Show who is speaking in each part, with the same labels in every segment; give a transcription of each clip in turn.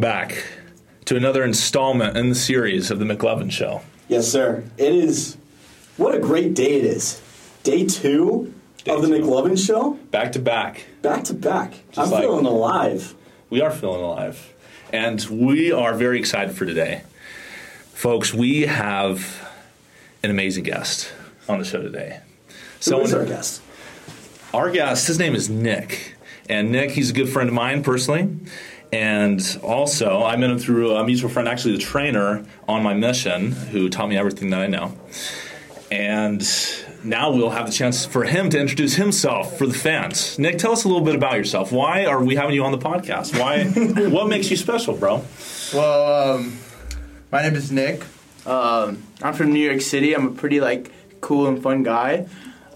Speaker 1: back to another installment in the series of the McLovin Show.
Speaker 2: Yes, sir. It is. What a great day it is. Day two of the
Speaker 1: two.
Speaker 2: McLovin Show,
Speaker 1: Back to back,
Speaker 2: back to back. I'm
Speaker 1: like-
Speaker 2: feeling alive.
Speaker 1: we are feeling alive, and we are very excited for today, folks. We have an amazing guest on the show today.
Speaker 2: Who
Speaker 1: Someone-
Speaker 2: is our guest?
Speaker 1: our guest, his name is Nick. And Nick, he's a good friend of mine personally. And also, I met him through a mutual friend, actually, the trainer on my mission, who taught me everything that I know. And now we'll have the chance for him to introduce himself for the fans. Nick, tell us a little bit about yourself. Why are we having you on the podcast? Why? what makes you special, bro?
Speaker 3: Well, um, my name is Nick.
Speaker 4: Um, I'm from New York City. I'm a pretty like cool and fun guy,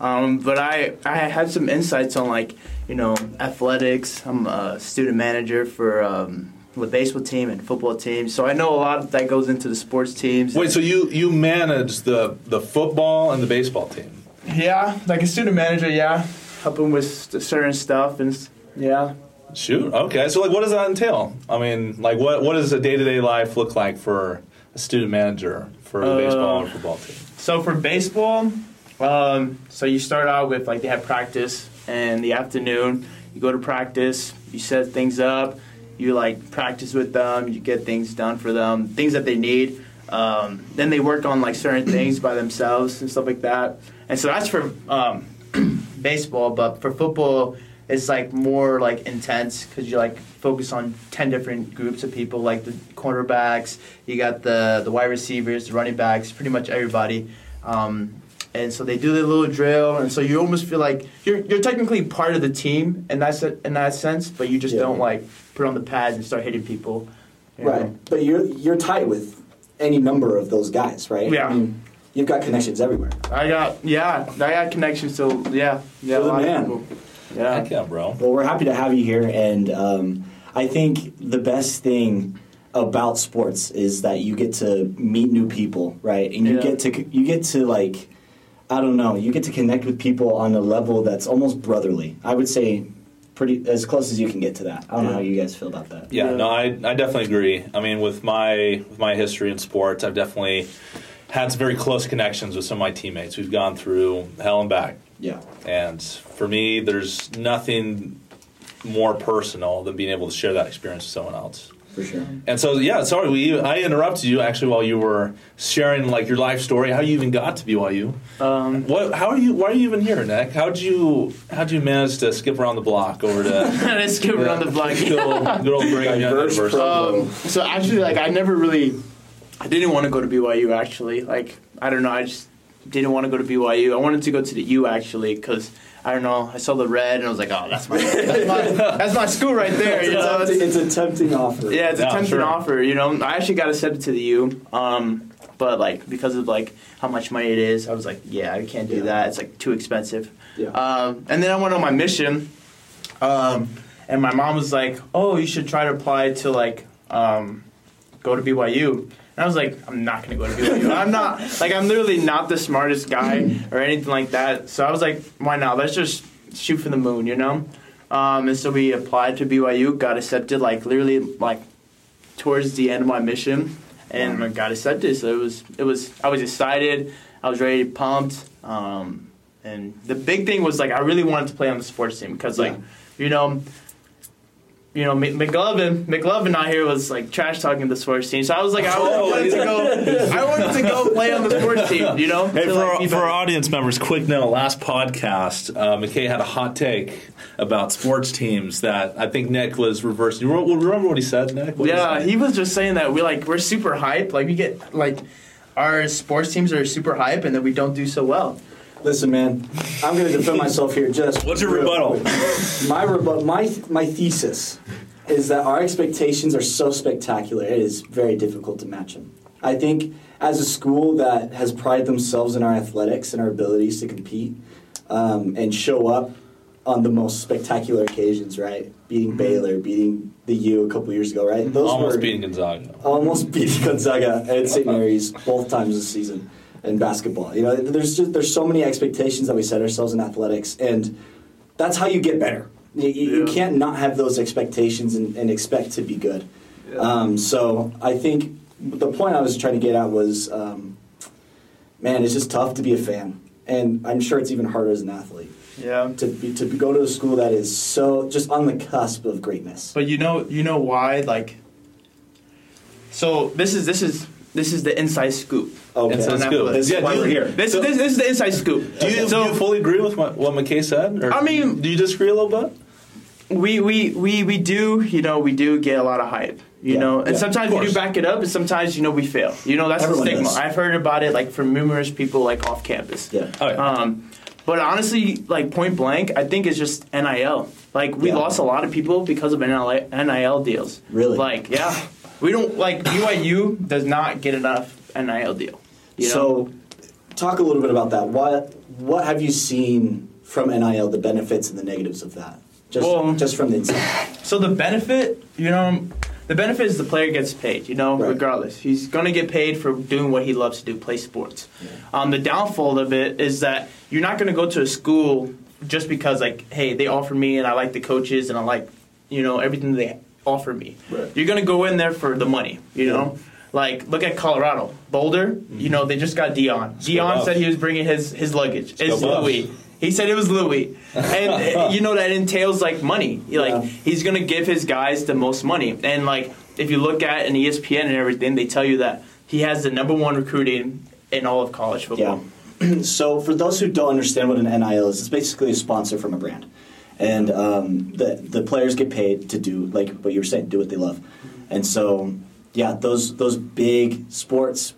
Speaker 4: um, but I I had some insights on like you know athletics. I'm a student manager for um, the baseball team and football team, so I know a lot that goes into the sports teams.
Speaker 5: Wait, so you you manage the the football and the baseball team?
Speaker 3: Yeah, like a student manager. Yeah,
Speaker 4: helping with st- certain stuff and s- yeah.
Speaker 5: Shoot. Okay. So like, what does that entail? I mean, like, what what does a day to day life look like for a student manager for the baseball or football team?
Speaker 4: So for baseball, um, so you start out with like they have practice in the afternoon. You go to practice, you set things up, you like practice with them, you get things done for them, things that they need. Um, then they work on like certain things by themselves and stuff like that. And so that's for um, baseball, but for football, it's like more like intense because you like focus on ten different groups of people, like the cornerbacks, you got the the wide receivers, the running backs, pretty much everybody. Um, and so they do their little drill, and so you almost feel like you're you're technically part of the team, and that's in that sense, but you just
Speaker 2: Yeah.
Speaker 4: don't like put on the pads and start hitting people. you know?
Speaker 2: Right. But you're you're tied with any number of those guys, right?
Speaker 4: Yeah.
Speaker 2: I mean, you've got connections everywhere.
Speaker 4: I got yeah, I got connections to yeah, yeah,
Speaker 2: You're
Speaker 4: a
Speaker 2: the
Speaker 4: lot of
Speaker 2: man.
Speaker 4: people. Yeah.
Speaker 5: Heck yeah, bro.
Speaker 2: Well, we're happy to have you here, and um, I think the best thing about sports is that you get to meet new people, right? And you
Speaker 4: Yeah.
Speaker 2: get to you get to like, I don't know, you get to connect with people on a level that's almost brotherly. I would say, pretty as close as you can get to that. I don't know how you guys feel about that.
Speaker 5: Yeah,
Speaker 4: Yeah.
Speaker 5: no, I, I definitely agree. I mean, with my with my history in sports, I've definitely had some very close connections with some of my teammates. We've gone through hell and back,
Speaker 2: Yeah.
Speaker 5: and for me, there's nothing more personal than being able to share that experience with someone else.
Speaker 2: For sure.
Speaker 5: And so, yeah, sorry, we, I interrupted you actually while you were sharing like your life story, how you even got to BYU.
Speaker 4: Um,
Speaker 5: What? How are you? Why are you even here, Nick? How'd you How'd you manage to skip around the block over to
Speaker 4: let's get around the block.
Speaker 5: good old, good old Brigham Young
Speaker 2: Diverse
Speaker 5: University?
Speaker 2: pro-
Speaker 4: Um, so actually, like I never really, I didn't want to go to BYU. Actually, like I don't know, I just didn't want to go to BYU. I wanted to go to the U actually because I don't know. I saw the red and I was like, oh, that's my that's my, that's my school right there. You know,
Speaker 2: It's, it's a tempting offer.
Speaker 4: yeah, it's a
Speaker 5: Yeah,
Speaker 4: tempting
Speaker 5: sure.
Speaker 4: offer. You know, I actually got accepted to the U, um, but like because of like how much money it is, I was like, yeah, I can't do
Speaker 2: Yeah.
Speaker 4: that. It's like too expensive.
Speaker 2: Yeah.
Speaker 4: Um, and then I went on my mission, um, and my mom was like, oh, you should try to apply to like um, go to BYU. And I was like, I'm not gonna go to BYU. I'm not like I'm literally not the smartest guy or anything like that. So I was like, why not? Let's just shoot for the moon, you know. Um, and so we applied to BYU, got accepted, like literally like towards the end of my mission, and I got accepted. So it was it was I was excited, I was ready, pumped. Um, and the big thing was like I really wanted to play on the sports team because like
Speaker 2: Yeah.
Speaker 4: you know you know, Mc- McLovin, McLovin out here was like trash talking the sports team. So I was like, I wanted to go, I wanted to go play on the sports team. You know,
Speaker 1: Hey,
Speaker 4: To,
Speaker 1: for,
Speaker 4: like,
Speaker 1: our,
Speaker 4: be
Speaker 1: for our
Speaker 4: better.
Speaker 1: audience members, quick note: last podcast, uh, McKay had a hot take about sports teams that I think Nick was reversing. You re- remember what he said, Nick? What
Speaker 4: yeah,
Speaker 1: he,
Speaker 4: he was just saying that we like we're super hype. Like we get like our sports teams are super hype, and then we don't do so well.
Speaker 2: Listen, man, I'm going to defend myself here. Just
Speaker 1: What's your
Speaker 2: real
Speaker 1: rebuttal?
Speaker 2: quick. My rebuttal, my my thesis is that our expectations are so spectacular. It is very difficult to match them. I think as a school that has prided themselves in our athletics and our abilities to compete um, and show up on the most spectacular occasions, right? Beating
Speaker 1: Mm-hmm.
Speaker 2: Baylor, beating the U a couple years ago, right? Those
Speaker 5: Almost
Speaker 2: were,
Speaker 5: beating Gonzaga.
Speaker 2: almost beat Gonzaga and St. Mary's both times this season in basketball. You know, there's just, there's so many expectations that we set ourselves in athletics, and that's how you get better. You, you, you
Speaker 4: Yeah.
Speaker 2: can't not have those expectations and, and expect to be good. Um, so I think the point I was trying to get at was, um, man, it's just tough to be a fan, and I'm sure it's even harder as an athlete
Speaker 4: Yeah.
Speaker 2: to be, to go to a school that is so just on the cusp of greatness.
Speaker 4: But you know, you know why? Like, so this is this is this is the inside scoop.
Speaker 2: Okay.
Speaker 4: It's
Speaker 2: Inside
Speaker 4: Indianapolis.
Speaker 1: scoop.
Speaker 2: This is
Speaker 1: Yeah,
Speaker 2: why
Speaker 1: do-
Speaker 2: we're here.
Speaker 4: This, this this is the inside scoop.
Speaker 5: Do you, do you fully agree with what, what McKay said? Or
Speaker 4: I mean-
Speaker 5: do you disagree a little bit?
Speaker 4: we, we we we do you know we do get a lot of hype you
Speaker 2: Yeah,
Speaker 4: know and
Speaker 2: yeah,
Speaker 4: sometimes
Speaker 2: of
Speaker 4: we do
Speaker 2: course.
Speaker 4: back it up and sometimes you know we fail you know that's
Speaker 2: Everyone
Speaker 4: the stigma
Speaker 2: does.
Speaker 4: I've heard about it like from numerous people like off campus
Speaker 2: Yeah.
Speaker 5: Oh, yeah.
Speaker 4: um but honestly like point blank I think it's just nil like we
Speaker 2: Yeah.
Speaker 4: lost a lot of people because of nil nil deals
Speaker 2: Really?
Speaker 4: like yeah we don't like BYU does not get enough nil deal you know?
Speaker 2: So, talk a little bit about that. What what have you seen from NIL? The benefits and the negatives of that. Just
Speaker 4: Well-
Speaker 2: just from the inside.
Speaker 4: So the benefit, you know, the benefit is the player gets paid, you know,
Speaker 2: Right.
Speaker 4: regardless. He's going to get paid for doing what he loves to do, play sports. Um, the downfall of it is that you're not going to go to a school just because, like, hey, they offer me and I like the coaches and I like, you know, everything they offer me.
Speaker 2: Right.
Speaker 4: You're going to go in there for the money, you know? Like, look at Colorado. Boulder,
Speaker 2: Mm-hmm.
Speaker 4: you know, they just got Dion. Dion
Speaker 5: Bucks.
Speaker 4: said he was bringing his, his luggage. it's
Speaker 5: Bucks.
Speaker 4: Louis. He said it was Louis, and uh, you know that entails like money. You, Like
Speaker 2: Yeah.
Speaker 4: he's gonna give his guys the most money, and like if you look at an E ESPN and everything, they tell you that he has the number one recruiting in all of college football.
Speaker 2: Yeah. so, for those who don't understand what an NIL is, it's basically a sponsor from a brand, and um, the the players get paid to do like what you were saying, do what they love, and so yeah, those those big sports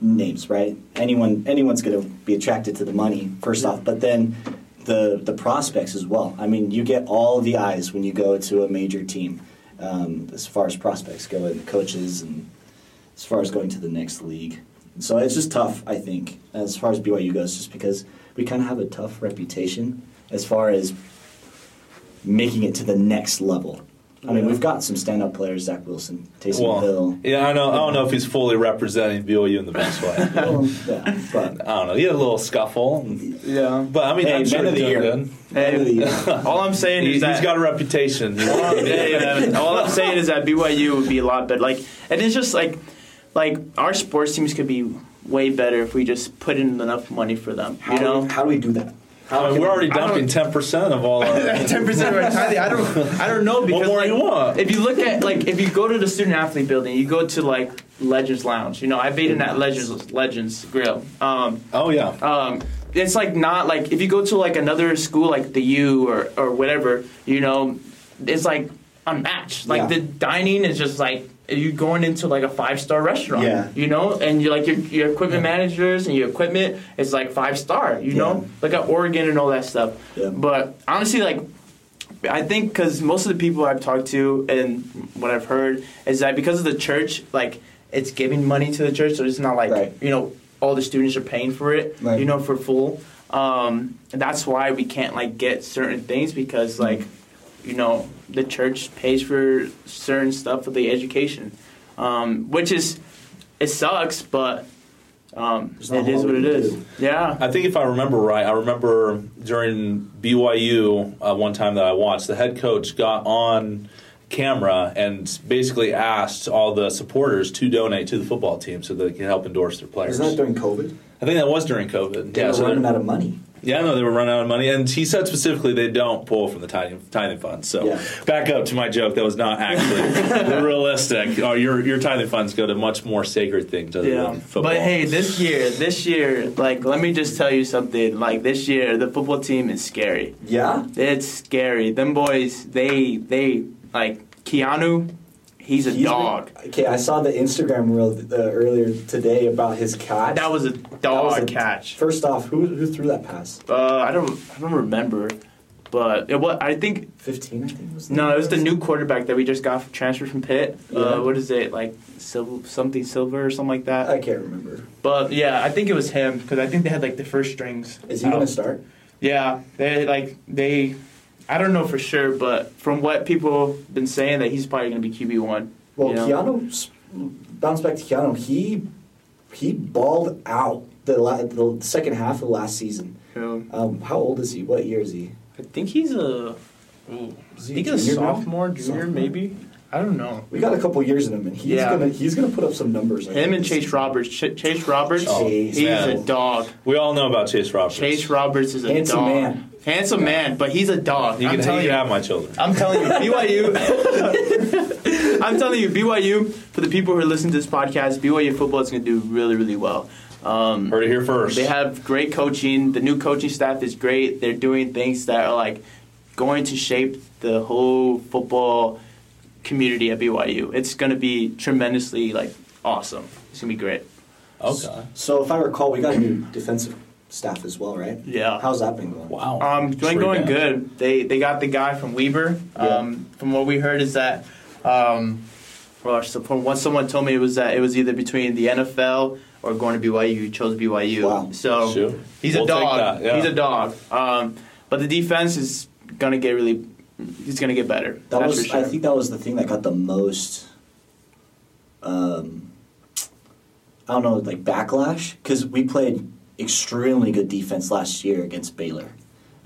Speaker 2: names, right? Anyone anyone's going to be attracted to the money first off, but then the the prospects as well. I mean, you get all the eyes when you go to a major team, um, as far as prospects go, and coaches, and as far as going to the next league. So it's just tough, I think, as far as BYU goes, just because we kind of have a tough reputation as far as making it to the next level. I mean, we've got some stand-up players, Zach Wilson, Taysom Hill.
Speaker 5: yeah, I know. I don't know if he's fully representing BYU in the best way. I
Speaker 2: Well, yeah, but
Speaker 5: don't know. He had a little scuffle,
Speaker 4: Yeah.
Speaker 5: but I mean,
Speaker 2: Hey,
Speaker 5: I'm sure
Speaker 2: man of
Speaker 5: he's
Speaker 2: the
Speaker 5: doing
Speaker 2: year.
Speaker 5: good.
Speaker 2: end of the year.
Speaker 4: all I'm saying
Speaker 5: He,
Speaker 4: is
Speaker 5: has
Speaker 4: that
Speaker 5: got a reputation.
Speaker 4: all, I'm, yeah, yeah, yeah. all I'm saying is that BYU would be a lot better. Like, and it's just like, like our sports teams could be way better if we just put in enough money for them.
Speaker 2: how,
Speaker 4: You
Speaker 2: do-
Speaker 4: know.
Speaker 2: how do we do that?
Speaker 5: I
Speaker 2: How
Speaker 5: mean,
Speaker 2: can-
Speaker 5: we're already
Speaker 4: I don't-
Speaker 5: dumping ten percent of all. Our,
Speaker 3: Ten percent of our tithing. I don't. I don't know.
Speaker 5: what
Speaker 4: Because,
Speaker 5: more
Speaker 4: like,
Speaker 5: you want?
Speaker 4: If you look at like if you go to the student athlete building, you go to like Legends Lounge. You know, I've eaten at Legends Legends Grill. Um,
Speaker 5: oh yeah.
Speaker 4: um, it's like not like if you go to like another school like the U or or whatever. You know, it's like unmatched. Like
Speaker 2: Yeah.
Speaker 4: the dining is just like you going into like a five star restaurant.
Speaker 2: Yeah.
Speaker 4: You know, and you're like your your equipment managers and your equipment is like five star. You know, like at Oregon and all that stuff.
Speaker 2: Yeah.
Speaker 4: But honestly, like I think because most of the people I've talked to and what I've heard is that because of the church, like it's giving money to the church, so it's not like
Speaker 2: Right.
Speaker 4: you know all the students are paying for it,
Speaker 2: Right.
Speaker 4: you know, for full. Um, and that's why we can't like get certain things because like you know the church pays for certain stuff for the education, um, which is it sucks, but um,
Speaker 2: There's not
Speaker 4: it
Speaker 2: a
Speaker 4: is
Speaker 2: lot
Speaker 4: what
Speaker 2: we
Speaker 4: it
Speaker 2: can
Speaker 4: is.
Speaker 2: do.
Speaker 4: Yeah.
Speaker 5: I think if I remember right, I remember during BYU uh, one time that I watched, the head coach got on camera and basically asked all the supporters to donate to the football team so they could help endorse their players.
Speaker 2: Isn't that during COVID?
Speaker 5: I think that was during COVID.
Speaker 2: They
Speaker 5: yeah,
Speaker 2: were
Speaker 5: so
Speaker 2: running
Speaker 5: they're-
Speaker 2: out of money.
Speaker 5: yeah, no, they were running out of money, and he said specifically they don't pull from the tithing, tithing fund. So
Speaker 2: Yeah.
Speaker 5: back up to my joke that was not actually realistic. Oh, your your tithing funds go to much more sacred things other
Speaker 4: Yeah,
Speaker 5: than football.
Speaker 4: but hey, this year, this year, like, let me just tell you something. Like, this year, the football team is scary.
Speaker 2: Yeah.
Speaker 4: It's scary. Them boys, they, they, like, Keanu, he's a
Speaker 2: He's been-
Speaker 4: dog.
Speaker 2: okay, I saw the Instagram reel th- uh, earlier today about his catch.
Speaker 4: that was a
Speaker 2: That
Speaker 4: dog
Speaker 2: was a-
Speaker 4: catch.
Speaker 2: First off, who, who threw that pass?
Speaker 4: Uh, I don't, I don't remember, but it was. I think
Speaker 2: 15, I think was the
Speaker 4: no,
Speaker 2: number.
Speaker 4: it was the new quarterback that we just got transferred from Pitt.
Speaker 2: Yeah.
Speaker 4: Uh, what is it like? Sil- something silver or something like that.
Speaker 2: I can't remember.
Speaker 4: But yeah, I think it was him because I think they had like the first strings.
Speaker 2: Is he
Speaker 4: out.
Speaker 2: going to start?
Speaker 4: Yeah, they like they. I don't know for sure, but from what people been saying, that he's probably going to be QB one.
Speaker 2: Well,
Speaker 4: Yeah.
Speaker 2: Keanu, s- bounce back to Keanu. He he balled out the, la- the second half of last season. Um, how old is he? What year is he?
Speaker 4: I think he's a.
Speaker 2: Is
Speaker 4: I
Speaker 2: he
Speaker 4: think
Speaker 2: a
Speaker 4: he's a
Speaker 2: junior now?
Speaker 4: sophomore, junior,
Speaker 2: Sophomore.
Speaker 4: maybe. I don't know.
Speaker 2: We got a couple years in him, and he's
Speaker 4: Yeah.
Speaker 2: gonna he's gonna put up some numbers. I
Speaker 4: Him
Speaker 2: think.
Speaker 4: and Chase Roberts. Ch- Chase Roberts,
Speaker 2: Oh,
Speaker 4: he's
Speaker 2: man.
Speaker 4: a dog.
Speaker 5: We all know about Chase Roberts.
Speaker 4: Chase Roberts is a
Speaker 2: Handsome
Speaker 4: dog.
Speaker 2: man.
Speaker 4: Handsome man, but he's a dog.
Speaker 5: you
Speaker 4: I'm
Speaker 5: can, you
Speaker 4: telling
Speaker 5: can
Speaker 4: you.
Speaker 5: have my children.
Speaker 4: I'm telling you, BYU. I'm telling you, BYU. For the people who are listening to this podcast, BYU football is going to do really, really well. Um,
Speaker 5: Heard it here first.
Speaker 4: they have great coaching. The new coaching staff is great. They're doing things that are like going to shape the whole football community at BYU. It's going to be tremendously like awesome. It's going to be great.
Speaker 5: okay.
Speaker 2: So if I recall, we got a new defensive staff as well, right?
Speaker 4: Yeah.
Speaker 2: How's that been going?
Speaker 5: Wow.
Speaker 4: Um, it's been
Speaker 5: Three
Speaker 4: going
Speaker 5: down.
Speaker 4: good. They they got the guy from Weber. Um, From what we heard is that, um, well, so from what someone told me it was that it was either between the NFL or going to BYU. He chose BYU.
Speaker 2: Wow.
Speaker 4: So
Speaker 5: Shoot.
Speaker 4: he's
Speaker 5: We'll
Speaker 4: a
Speaker 5: take
Speaker 4: dog.
Speaker 5: that, yeah.
Speaker 4: He's a dog. Um, but the defense is gonna get really. He's gonna get better.
Speaker 2: That
Speaker 4: that's
Speaker 2: was
Speaker 4: for sure.
Speaker 2: I think that was the thing that got the most. Um, I don't know, like backlash, because we played extremely good defense last year against Baylor,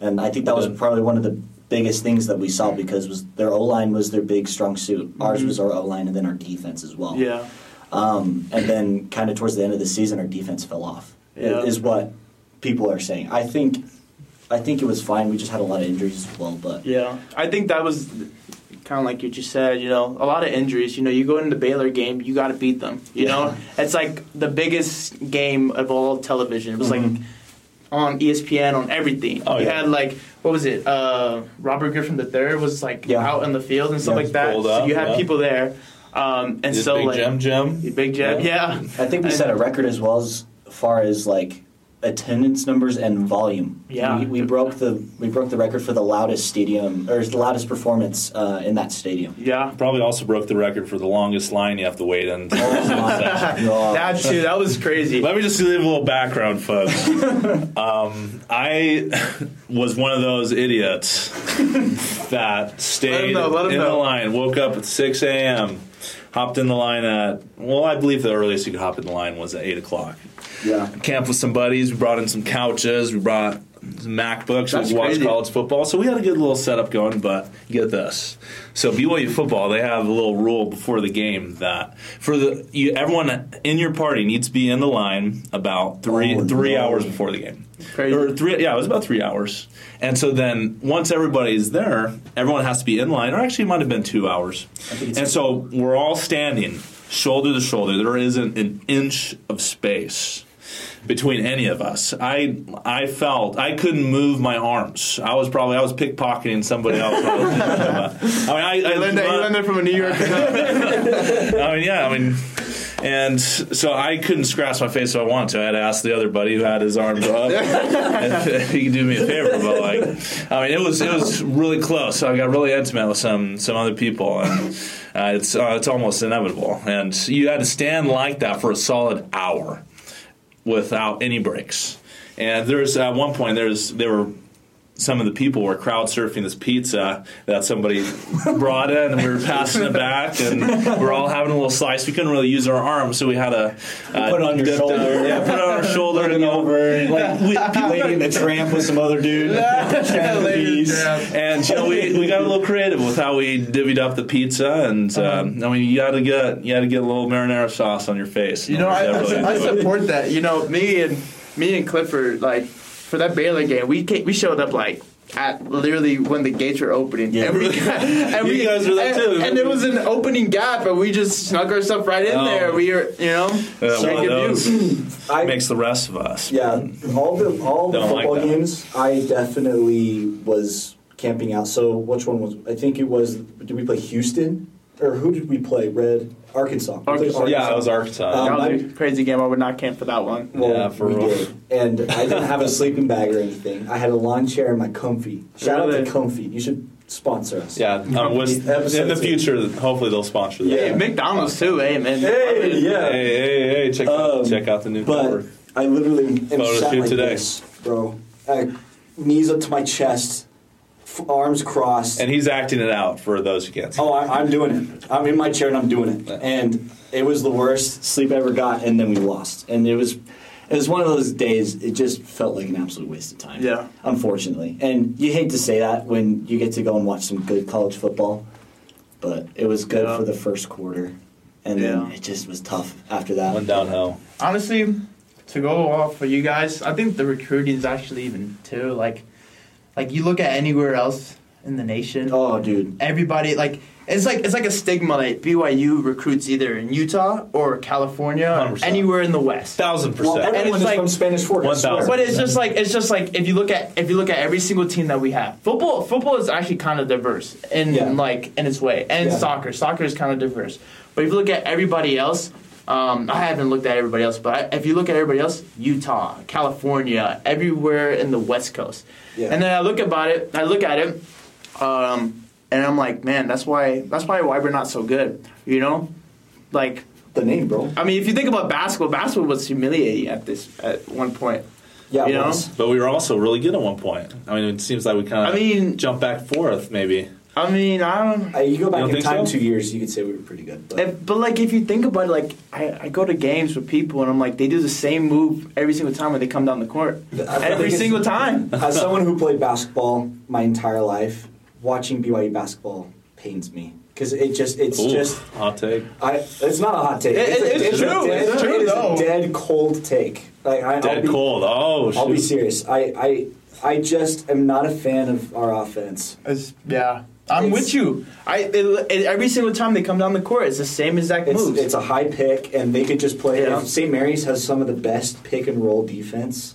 Speaker 2: and I think that was
Speaker 5: Good.
Speaker 2: probably one of the biggest things that we saw because was their O line was their big strong suit. Ours was our O line, and then our defense as well.
Speaker 4: Mm-hmm. yeah.
Speaker 2: Um, and then kind of towards the end of the season, our defense fell off. i-
Speaker 4: Yeah.
Speaker 2: Is what people are saying. I think, I think it was fine. We just had a lot of injuries as well, but
Speaker 4: Yeah, I think that was kind of like you just said. You know, a lot of injuries. You know, you go into the Baylor game, you got to beat them. You know, it's like the biggest game of all of television. It was like on E ESPN on everything.
Speaker 5: Mm-hmm. Oh,
Speaker 4: you
Speaker 5: yeah.
Speaker 4: had like what was it? Uh, Robert Griffin III was like
Speaker 2: Yeah.
Speaker 4: out in the field and stuff
Speaker 2: Yeah,
Speaker 4: like that.
Speaker 5: pulled
Speaker 4: so
Speaker 5: up,
Speaker 4: you had
Speaker 5: yeah.
Speaker 4: people there, um, and
Speaker 5: Is
Speaker 4: so
Speaker 5: Big
Speaker 4: like
Speaker 5: Jim Jim.
Speaker 4: Big Jam, yeah.
Speaker 2: I think we set a record as well as far as like attendance numbers and volume.
Speaker 4: Yeah.
Speaker 2: we, we broke the we broke the record for the loudest stadium or the loudest performance uh, in that stadium.
Speaker 4: yeah.
Speaker 5: Probably also broke the record for the longest line you have to wait in.
Speaker 2: Yeah.
Speaker 4: That too. That was crazy.
Speaker 5: Let me just give a little background, folks. um, I was one of those idiots that stayed
Speaker 4: know, let 'em
Speaker 5: in the
Speaker 4: know.
Speaker 5: line, woke up at 6 a.m., hopped in the line at, well, I believe the earliest you could hop in the line was at 8 o'clock.
Speaker 2: yeah.
Speaker 5: Camp with some buddies, we brought in some couches, we brought some MacBooks,
Speaker 4: That's
Speaker 5: we watched
Speaker 4: crazy.
Speaker 5: college football. So we had a good little setup going, but get this. So BYU football, they have a little rule before the game that for the you, everyone in your party needs to be in the line about three
Speaker 2: Oh,
Speaker 5: three
Speaker 2: no.
Speaker 5: hours before the game.
Speaker 4: Crazy.
Speaker 5: Or three yeah, it was about three hours. And so then once everybody's there, everyone has to be in line, or actually it might have been two hours.
Speaker 2: think it's-
Speaker 5: And so we're all standing shoulder to shoulder. There isn't an inch of space between any of us. I I felt I couldn't move my arms. I was probably I was pickpocketing somebody else. I, was thinking about. I mean, I, I
Speaker 4: learned that, you learned that from a New York.
Speaker 5: I mean, yeah, I mean, and so I couldn't scratch my face if I wanted to. I had to ask the other buddy who had his arms up if he could do me a favor. But like, I mean, it was it was really close. So I got really intimate with some some other people, and uh, it's uh, it's almost inevitable. And you had to stand like that for a solid hour without any breaks. And there's at one point there's there were some of the people were crowd surfing this pizza that somebody brought in, and we were passing it back, and we were all having a little slice. We couldn't really use our arms, so we had to uh,
Speaker 2: Put it on your
Speaker 5: dip
Speaker 2: shoulder.
Speaker 5: down- Yeah, put it on our shoulder and over. Like we, people
Speaker 2: Lady in the tramp with some other dude. Yeah.
Speaker 5: and you know, we, we got a little creative with how we divvied up the pizza, and
Speaker 4: Uh-huh.
Speaker 5: um, I mean, you got to get you got to get a little marinara sauce on your face.
Speaker 4: You know, I,
Speaker 5: Yeah,
Speaker 4: I,
Speaker 5: really
Speaker 4: I
Speaker 5: into it.
Speaker 4: support that. You know, me and me and Clifford, like for that Baylor game, we ca we showed up like at literally when the gates were opening.
Speaker 2: Yeah.
Speaker 4: And we, and
Speaker 5: You
Speaker 4: we
Speaker 5: guys were there
Speaker 4: and,
Speaker 5: too.
Speaker 4: And there was an opening gap, and we just snuck ourselves right in
Speaker 5: Oh.
Speaker 4: there. We were, you know,
Speaker 5: Yeah,
Speaker 4: so
Speaker 5: Uh, one of those
Speaker 2: I,
Speaker 5: makes the rest of us.
Speaker 2: Yeah, all the all the
Speaker 5: Don't like
Speaker 2: football
Speaker 5: that.
Speaker 2: games, I definitely was camping out. So which one was? I think it was. Did we play Houston or who did we play? Red Arkansas. We played
Speaker 4: Arkansas.
Speaker 5: Yeah, I was Arkansas.
Speaker 2: Um,
Speaker 4: That was
Speaker 2: I-
Speaker 4: a crazy game. I would not camp for that one.
Speaker 2: Well,
Speaker 5: Yeah, for
Speaker 2: we
Speaker 5: real.
Speaker 2: did. And I didn't have a sleeping bag or anything. I had a lawn chair in my comfy. Shout out
Speaker 4: Really?
Speaker 2: to Comfy. You should sponsor us.
Speaker 5: Yeah, um, was, in
Speaker 2: Episode
Speaker 5: the
Speaker 2: two.
Speaker 5: future, hopefully they'll sponsor that.
Speaker 4: Hey, McDonald's too. Hey man.
Speaker 2: Hey, yeah.
Speaker 5: Hey, hey, hey! Check
Speaker 2: Um,
Speaker 5: out check out the new
Speaker 2: But
Speaker 5: cover.
Speaker 2: I literally am
Speaker 5: Photo
Speaker 2: sat
Speaker 5: shoot
Speaker 2: like
Speaker 5: today.
Speaker 2: this, bro. I, knees up to my chest, f- arms crossed.
Speaker 5: And he's acting it out for those who can't. see.
Speaker 2: Oh, I, I'm doing it. I'm in my chair and I'm doing it. And it was the worst sleep I ever got, and then we lost. And it was, it was one of those days. It just felt like an absolute waste of time.
Speaker 4: Yeah.
Speaker 2: Unfortunately, and you hate to say that when you get to go and watch some good college football, but it was good
Speaker 4: Yeah.
Speaker 2: for the first quarter, and
Speaker 4: Yeah.
Speaker 2: then it just was tough after that.
Speaker 5: Went downhill.
Speaker 4: honestly, to go off for you guys, I think the recruiting is actually even too. Like, like you look at anywhere else in the nation,
Speaker 2: Oh, dude.
Speaker 4: everybody like it's like it's like a stigma that BYU recruits either in Utah or California, or
Speaker 5: 100%.
Speaker 4: anywhere in the West.
Speaker 5: Thousand
Speaker 2: Well,
Speaker 5: percent.
Speaker 2: everyone
Speaker 4: it's
Speaker 2: is
Speaker 4: like-
Speaker 2: from Spanish Fork. I
Speaker 5: One
Speaker 2: swear.
Speaker 5: thousand.
Speaker 4: But it's just like it's just like if you look at if you look at every single team that we have, football football is actually kind of diverse in
Speaker 2: Yeah.
Speaker 4: like in its way, and
Speaker 2: Yeah.
Speaker 4: soccer soccer is kind of diverse. But if you look at everybody else, um, I haven't looked at everybody else, but I, if you look at everybody else, Utah, California, everywhere in the West Coast,
Speaker 2: Yeah.
Speaker 4: and then I look about it, I look at it, um, and I'm like, man, that's why that's probably why we're not so good, you know, like.
Speaker 2: the name, bro.
Speaker 4: I mean, if you think about basketball, basketball was humiliating at this at one point.
Speaker 2: Yeah,
Speaker 4: You
Speaker 2: it
Speaker 4: know?
Speaker 2: was.
Speaker 5: But we were also really good at one point. I mean, it seems like we kind of
Speaker 4: I mean-
Speaker 5: jump back forth maybe.
Speaker 4: I mean, I don't.
Speaker 2: Uh, you go back
Speaker 5: don't
Speaker 2: in
Speaker 5: think
Speaker 2: time
Speaker 5: so?
Speaker 2: two years, you could say we were pretty good. But
Speaker 4: If, but like, if you think about it, like, I, I go to games with people, and I'm like, they do the same move every single time when they come down the court.
Speaker 2: I
Speaker 4: Every
Speaker 2: think it's-
Speaker 4: single time.
Speaker 2: as someone who played basketball my entire life, watching BYU basketball pains me because it just it's
Speaker 5: Ooh,
Speaker 2: just
Speaker 5: hot take.
Speaker 2: I it's not a hot take.
Speaker 4: It-
Speaker 2: a-
Speaker 4: it- it's
Speaker 2: a
Speaker 4: true,
Speaker 2: dead-
Speaker 4: it's true,
Speaker 2: it is
Speaker 4: though.
Speaker 2: a dead cold take. Like I, I'll
Speaker 5: Dead
Speaker 2: be,
Speaker 5: cold. Oh, shoot.
Speaker 2: I'll be serious. I I I just am not a fan of our offense.
Speaker 4: It's, yeah, I'm
Speaker 2: It's-
Speaker 4: with you. I it, it, every single time they come down the court, it's the same exact
Speaker 2: It's,
Speaker 4: moves.
Speaker 2: it's a high pick, and they could just play.
Speaker 4: Yeah.
Speaker 2: If St. Mary's has some of the best pick and roll defense,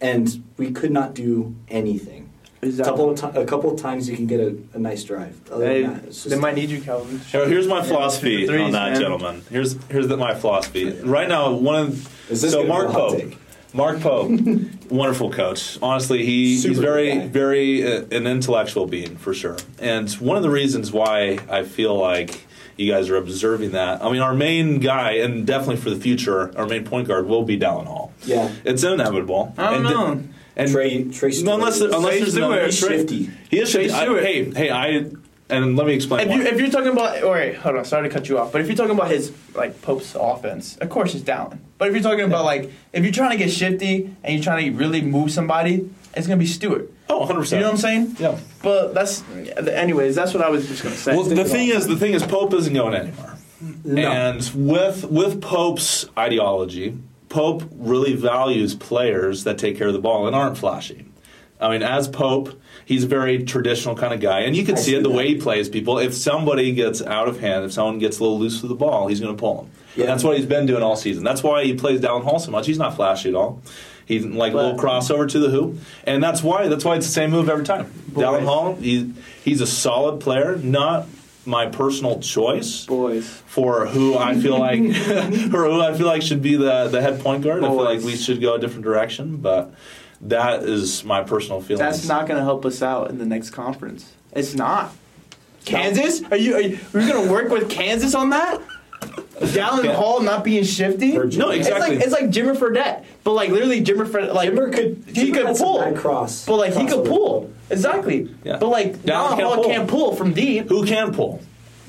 Speaker 2: and we could not do anything. A
Speaker 4: exactly.
Speaker 2: couple, of ti- a couple of times you can get a, a nice drive. Other
Speaker 4: They,
Speaker 2: than that, it's
Speaker 4: they
Speaker 2: just,
Speaker 4: might need you, Calvin.
Speaker 5: Here- Here's my philosophy
Speaker 4: threes,
Speaker 5: on that,
Speaker 4: man.
Speaker 5: gentlemen. Here's here's the, my philosophy. Right now, one of
Speaker 2: Is this
Speaker 5: so
Speaker 2: gonna be
Speaker 5: Mark
Speaker 2: a hot
Speaker 5: Pope,
Speaker 2: take?
Speaker 5: Mark Pope, wonderful coach. Honestly, he, he's
Speaker 2: Super
Speaker 5: very
Speaker 2: guy.
Speaker 5: very uh, an intellectual being for sure. And one of the reasons why I feel like you guys are observing that. I mean, our main guy, and definitely for the future, our main point guard will be Dallin Hall.
Speaker 2: Yeah.
Speaker 5: it's inevitable.
Speaker 4: I don't
Speaker 5: and,
Speaker 4: know.
Speaker 5: And
Speaker 2: Trey- Trey Stewart
Speaker 5: unless there-
Speaker 2: is-
Speaker 5: unless
Speaker 4: Trey
Speaker 5: there's
Speaker 4: Stewart
Speaker 5: another
Speaker 4: is
Speaker 5: Trey-
Speaker 2: shifty.
Speaker 5: He is
Speaker 4: Trey
Speaker 5: shifty. I-
Speaker 4: Stewart.
Speaker 5: hey, hey, I and let me explain.
Speaker 4: If
Speaker 5: why.
Speaker 4: you if you're talking about, all right, hold on. Sorry to cut you off, but if you're talking about his like Pope's offense, of course it's down. But if you're talking about like if you're trying to get shifty and you're trying to really move somebody, it's gonna be Stewart.
Speaker 5: oh, 100
Speaker 4: You
Speaker 5: percent.
Speaker 4: know what I'm saying?
Speaker 5: Yeah.
Speaker 4: But that's, anyways, that's what I was just gonna say.
Speaker 5: Well, the thing is, the thing is, Pope isn't going anywhere. And with with Pope's ideology, Pope really values players that take care of the ball and aren't flashy. I mean, as Pope, he's a very traditional kind of guy, and you can see it the way he plays people. If somebody gets out of hand, if someone gets a little loose with the ball, he's going to pull him.
Speaker 2: Yeah.
Speaker 5: That's what he's been doing all season. That's why he plays down Hall so much. He's not flashy at all. He's like a little crossover to the hoop, and that's why that's why it's the same move every time. Down Hall, he, he's a solid player, not my personal choice
Speaker 4: boys.
Speaker 5: for who I feel like for who I feel like should be the, the head point guard. I feel
Speaker 4: Always.
Speaker 5: like we should go a different direction, but that is my personal feelings.
Speaker 4: That's not gonna help us out in the next conference. It's not. Kansas? Are you? Are you we're gonna work with Kansas on that? Dallin Hall not being shifty?
Speaker 2: Virginia.
Speaker 5: No, exactly.
Speaker 4: It's like, it's like Jimmer Fredette, but like literally Jimmer Fredette. Like
Speaker 2: Jimmer could-
Speaker 4: he
Speaker 2: Jimmer
Speaker 4: could
Speaker 2: had some
Speaker 4: pull
Speaker 2: bad cross-
Speaker 4: but like he could
Speaker 2: crossover.
Speaker 4: pull exactly.
Speaker 5: Yeah.
Speaker 4: But like
Speaker 5: Dallin
Speaker 4: Dallin
Speaker 5: can't
Speaker 4: Hall
Speaker 5: pull.
Speaker 4: can't pull from deep.
Speaker 5: who can pull.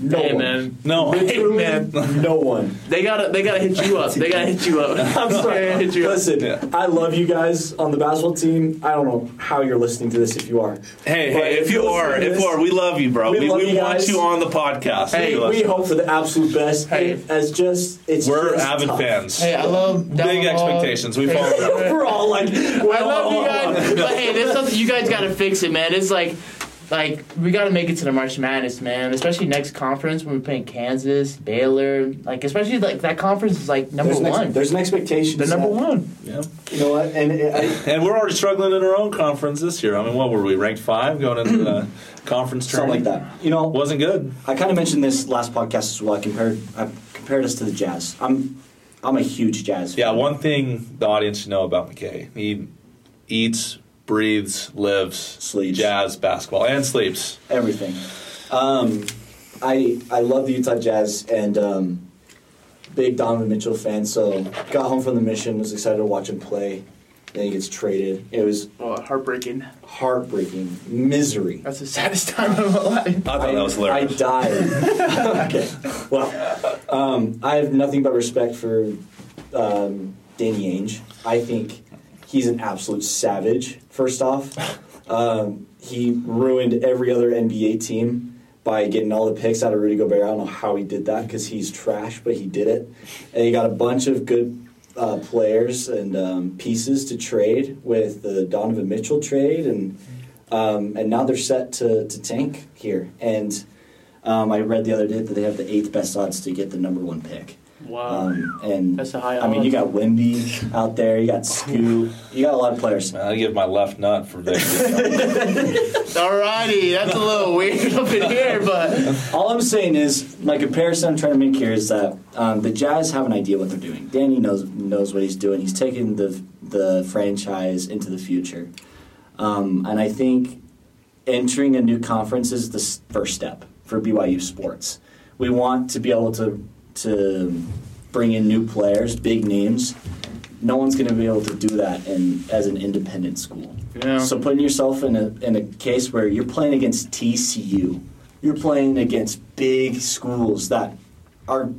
Speaker 2: no one.
Speaker 5: No,
Speaker 4: Hey, man.
Speaker 2: no one.
Speaker 4: They gotta they gotta hit you up. They gotta hit you up.
Speaker 2: I'm
Speaker 4: They
Speaker 2: sorry.
Speaker 4: gotta hit you up.
Speaker 2: Listen,
Speaker 5: Yeah.
Speaker 2: I love you guys on the basketball team. I don't know how you're listening to this if you are.
Speaker 5: hey,
Speaker 2: But
Speaker 5: hey, if you
Speaker 2: you're
Speaker 5: are,
Speaker 2: listening to
Speaker 5: if you
Speaker 2: this,
Speaker 5: are, we love you, bro.
Speaker 2: We
Speaker 5: We, we,
Speaker 2: love you
Speaker 5: want
Speaker 2: guys.
Speaker 5: you on the podcast.
Speaker 4: Hey,
Speaker 5: You
Speaker 2: we
Speaker 5: listen.
Speaker 2: hope for the absolute best.
Speaker 4: Hey.
Speaker 2: As just it's
Speaker 5: we're
Speaker 2: just
Speaker 5: avid
Speaker 2: tough.
Speaker 5: fans.
Speaker 4: Hey, I love
Speaker 5: Big
Speaker 4: Dallin Hall.
Speaker 5: expectations. We follow.
Speaker 2: We're all like,
Speaker 4: I love you guys, but hey, there's something you guys gotta fix it, man. It's like. Like we gotta make it to the March Madness, man. Especially next conference when we're playing Kansas, Baylor. Like especially like that conference is like number
Speaker 2: There's an,
Speaker 4: one.
Speaker 2: ex- there's an expectation.
Speaker 4: the number
Speaker 2: set.
Speaker 4: one.
Speaker 5: yeah.
Speaker 2: You know what? And it, I,
Speaker 5: And we're already struggling in our own conference this year. I mean, what were we ranked five going into the conference
Speaker 2: something like
Speaker 5: tournament?
Speaker 2: that. You know,
Speaker 5: Wasn't good.
Speaker 2: I kind of mentioned this last podcast as well. I compared I compared us to the Jazz. I'm I'm a huge Jazz.
Speaker 5: Yeah,
Speaker 2: fan.
Speaker 5: one thing the audience should know about McKay: he eats, breathes, lives,
Speaker 2: Sleeps.
Speaker 5: jazz, basketball, and sleeps.
Speaker 2: everything. Um, I I love the Utah Jazz and um, big Donovan Mitchell fan. So got home from the mission, was excited to watch him play. Then he gets traded. It was
Speaker 4: Oh, heartbreaking.
Speaker 2: heartbreaking, misery.
Speaker 4: That's the saddest time of my life.
Speaker 5: I thought that was hilarious.
Speaker 2: I died. okay. Well, um, I have nothing but respect for um, Danny Ainge. I think he's an absolute savage. First off, um, he ruined every other NBA team by getting all the picks out of Rudy Gobert. I don't know how he did that because he's trash, but he did it. And he got a bunch of good uh, players and um, pieces to trade with the Donovan Mitchell trade, and um, and now they're set to, to tank here. And um, I read the other day that they have the eighth best odds to get the number one pick.
Speaker 4: Wow.
Speaker 2: Um, and
Speaker 4: Uh, That's a high
Speaker 2: I mean, you got Wimby out there, you got Scoot, you got a lot of players.
Speaker 5: Man, I give my left nut for Victor.
Speaker 4: Alrighty, that's a little weird up in here, but
Speaker 2: All I'm saying is, my comparison I'm trying to make here is that um, the Jazz have an idea what they're doing. Danny knows knows what he's doing. He's taking the the franchise into the future, um, and I think entering a new conference is the s- first step for BYU sports. We want to be able to to bring in new players, big names. No one's going to be able to do that in, as an independent school.
Speaker 4: Yeah.
Speaker 2: So putting yourself in a in a case where you're playing against TCU, you're playing against big schools that are